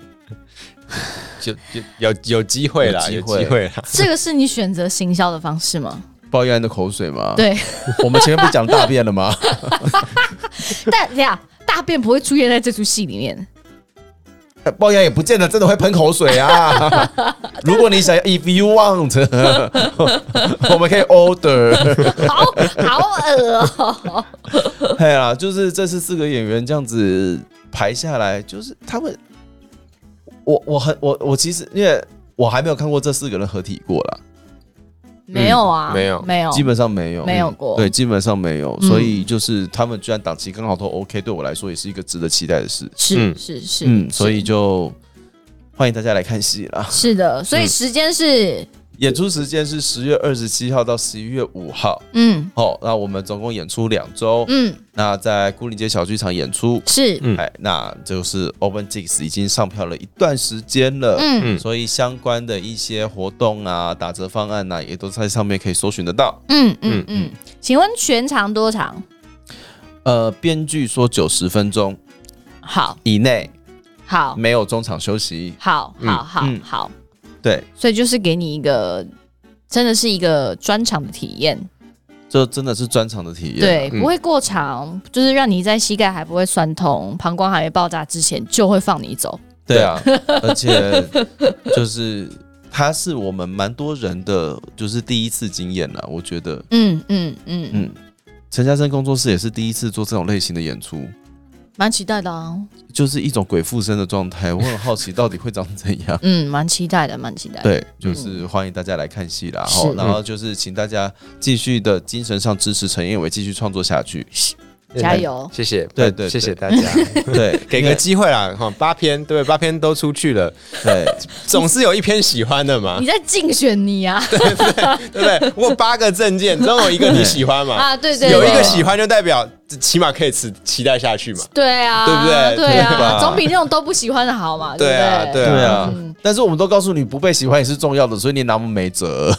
[SPEAKER 3] 就就有有机会啦，
[SPEAKER 1] 有
[SPEAKER 3] 有
[SPEAKER 1] 机会
[SPEAKER 3] 机会啦。
[SPEAKER 2] 这个是你选择行销的方式吗？
[SPEAKER 1] 包安的口水吗？，
[SPEAKER 2] 对，
[SPEAKER 1] 我们前面不讲大便了吗？
[SPEAKER 2] 但等一下大便不会出现在这出戏里 面，
[SPEAKER 1] 包养也不见得真的会喷口水 啊。如果你想要，if you want，我们可以 order。
[SPEAKER 2] 好好恶哦，
[SPEAKER 1] 哎呀，就是这次四个演员这样子排下来，就是他们，我我很我我其实因为我还没有看过这四个人合体过啦，
[SPEAKER 2] 没有啊，
[SPEAKER 3] 没有
[SPEAKER 2] 没有，
[SPEAKER 1] 基本上没有，
[SPEAKER 2] 没有过
[SPEAKER 1] 对，基本上没有，
[SPEAKER 2] 嗯
[SPEAKER 1] 所以就是他们居然档期刚好都 OK，对我来说也是一个值得期待的事。
[SPEAKER 2] 是
[SPEAKER 3] 嗯
[SPEAKER 2] 是是，
[SPEAKER 1] 嗯，
[SPEAKER 2] 是
[SPEAKER 1] 所以就欢迎大家来看戏啦。
[SPEAKER 2] 是的，所以
[SPEAKER 3] 嗯
[SPEAKER 2] 时间是
[SPEAKER 1] 演出时间是十月二十七号到十一月五号。
[SPEAKER 2] 嗯
[SPEAKER 1] 好，那我们总共演出两周，
[SPEAKER 2] 嗯
[SPEAKER 1] 那在孤岭街小剧场演出，
[SPEAKER 2] 是
[SPEAKER 3] 嗯
[SPEAKER 1] 哎，那就是 Open Six 已经上票了一段时间了，
[SPEAKER 2] 嗯
[SPEAKER 3] 嗯
[SPEAKER 1] 所以相关的一些活动啊、打折方案呐、也都在上面可以搜寻得到。
[SPEAKER 2] 嗯嗯
[SPEAKER 3] 嗯
[SPEAKER 2] 嗯，请问全长多长？
[SPEAKER 1] 呃，编剧说九十分钟
[SPEAKER 2] 好
[SPEAKER 1] 以内
[SPEAKER 2] 好
[SPEAKER 1] 没有中场休息，
[SPEAKER 2] 好
[SPEAKER 3] 嗯
[SPEAKER 2] 好好
[SPEAKER 1] 嗯
[SPEAKER 2] 好，
[SPEAKER 1] 对，
[SPEAKER 2] 所以就是给你一个真的是一个专场的体验。
[SPEAKER 1] 这真的是专场的体验。
[SPEAKER 2] 对，
[SPEAKER 3] 嗯
[SPEAKER 2] 不会过长，就是让你在膝盖还不会酸痛、膀胱还没爆炸之前就会放你走。
[SPEAKER 1] 对啊，而且 就是它是我们蛮多人的就是第一次经验啦，我觉得，
[SPEAKER 2] 嗯嗯嗯，
[SPEAKER 1] 嗯，陈嘉生工作室也是第一次做这种类型的演出，
[SPEAKER 2] 蛮期待的啊，。
[SPEAKER 1] 就是一种鬼附身的状态，我 很好奇到底会长怎样
[SPEAKER 2] 嗯，蛮期待的，蛮期待的。
[SPEAKER 1] 对，就是欢迎大家来看戏啦，
[SPEAKER 2] 是
[SPEAKER 1] 吼然后嗯就是请大家继续的精神上支持陈彦伟继续创作下 去。
[SPEAKER 2] 加油
[SPEAKER 3] 谢谢，
[SPEAKER 1] 对对
[SPEAKER 3] 谢谢
[SPEAKER 1] 对
[SPEAKER 3] 大家，
[SPEAKER 1] 对，
[SPEAKER 3] 给
[SPEAKER 1] 因为
[SPEAKER 3] 个机会啦，哈，八篇对，八篇都出去了，
[SPEAKER 1] 对，啊
[SPEAKER 3] 总是有一篇喜欢的嘛
[SPEAKER 2] 你，在竞选你 啊
[SPEAKER 3] 对不对？我有八个证件，总有一个你喜欢 嘛，
[SPEAKER 2] 啊！对对，对
[SPEAKER 3] 有一个喜欢就代表起码可以期期待下去嘛，
[SPEAKER 2] 对啊，
[SPEAKER 3] 对不对
[SPEAKER 2] 对
[SPEAKER 3] 对
[SPEAKER 2] 啊，
[SPEAKER 3] 吧
[SPEAKER 2] 总比那种都不喜欢的好嘛，
[SPEAKER 3] 对啊
[SPEAKER 2] 不
[SPEAKER 3] 对
[SPEAKER 1] 对啊
[SPEAKER 2] 嗯，
[SPEAKER 1] 但是我们都告诉你不被喜欢也是重要的，所以你拿我们没辙。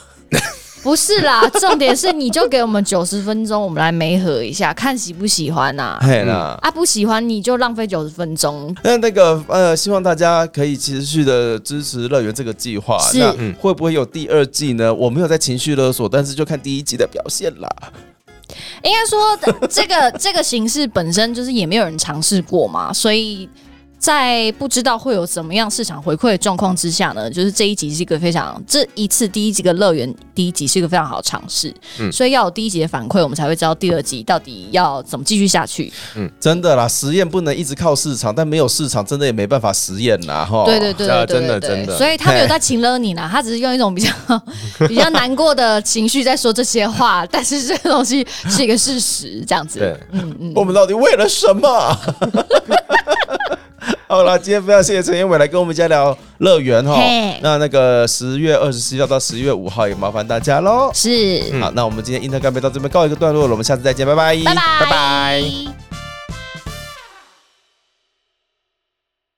[SPEAKER 2] 不是啦， 重点是你就给我们九十分钟，我们来媒合一下，看喜不喜欢呐、啊。
[SPEAKER 1] 嘿啦，
[SPEAKER 2] 啊，不喜欢你就浪费九十分钟。
[SPEAKER 1] 那那个呃，希望大家可以持续的支持乐园这个计划。
[SPEAKER 2] 是
[SPEAKER 1] 那
[SPEAKER 3] 嗯
[SPEAKER 1] 会不会有第二季呢？我没有在情绪勒索，但是就看第一集的表现啦。
[SPEAKER 2] 应 该说，这个这个形式本身就是也没有人尝试过嘛，所以在不知道会有怎么样市场回馈的状况之下呢，就是这一集是一个非常这一次第一集的乐园第一集是一个非常好的尝试，
[SPEAKER 3] 嗯
[SPEAKER 2] 所以要有第一集的反馈，我们才会知道第二集到底要怎么继续下去。
[SPEAKER 1] 真的啦，实验不能一直靠市场，但没有市场真的也没办法实验啦，哈。
[SPEAKER 2] 对对对
[SPEAKER 3] 啊
[SPEAKER 2] 对对
[SPEAKER 3] 真的
[SPEAKER 2] 对
[SPEAKER 3] 真的
[SPEAKER 2] 所以他没有在情勒你啦，他只是用一种比较 比较难过的情绪在说这些话，但是这个东西是一个事实，这样子。
[SPEAKER 3] 对，
[SPEAKER 1] 我们到底为了什么？ 好啦，今天非常谢谢陈彦伟来跟我们家聊乐园哈
[SPEAKER 2] 嘿。
[SPEAKER 1] 那那个十月二十七号到十月五号也麻烦大家喽。
[SPEAKER 2] 是，
[SPEAKER 3] 嗯
[SPEAKER 1] 好，那我们今天英特干杯到这边告一个段落了，我们下次再见，拜拜，
[SPEAKER 2] 拜拜
[SPEAKER 3] 拜拜
[SPEAKER 2] 拜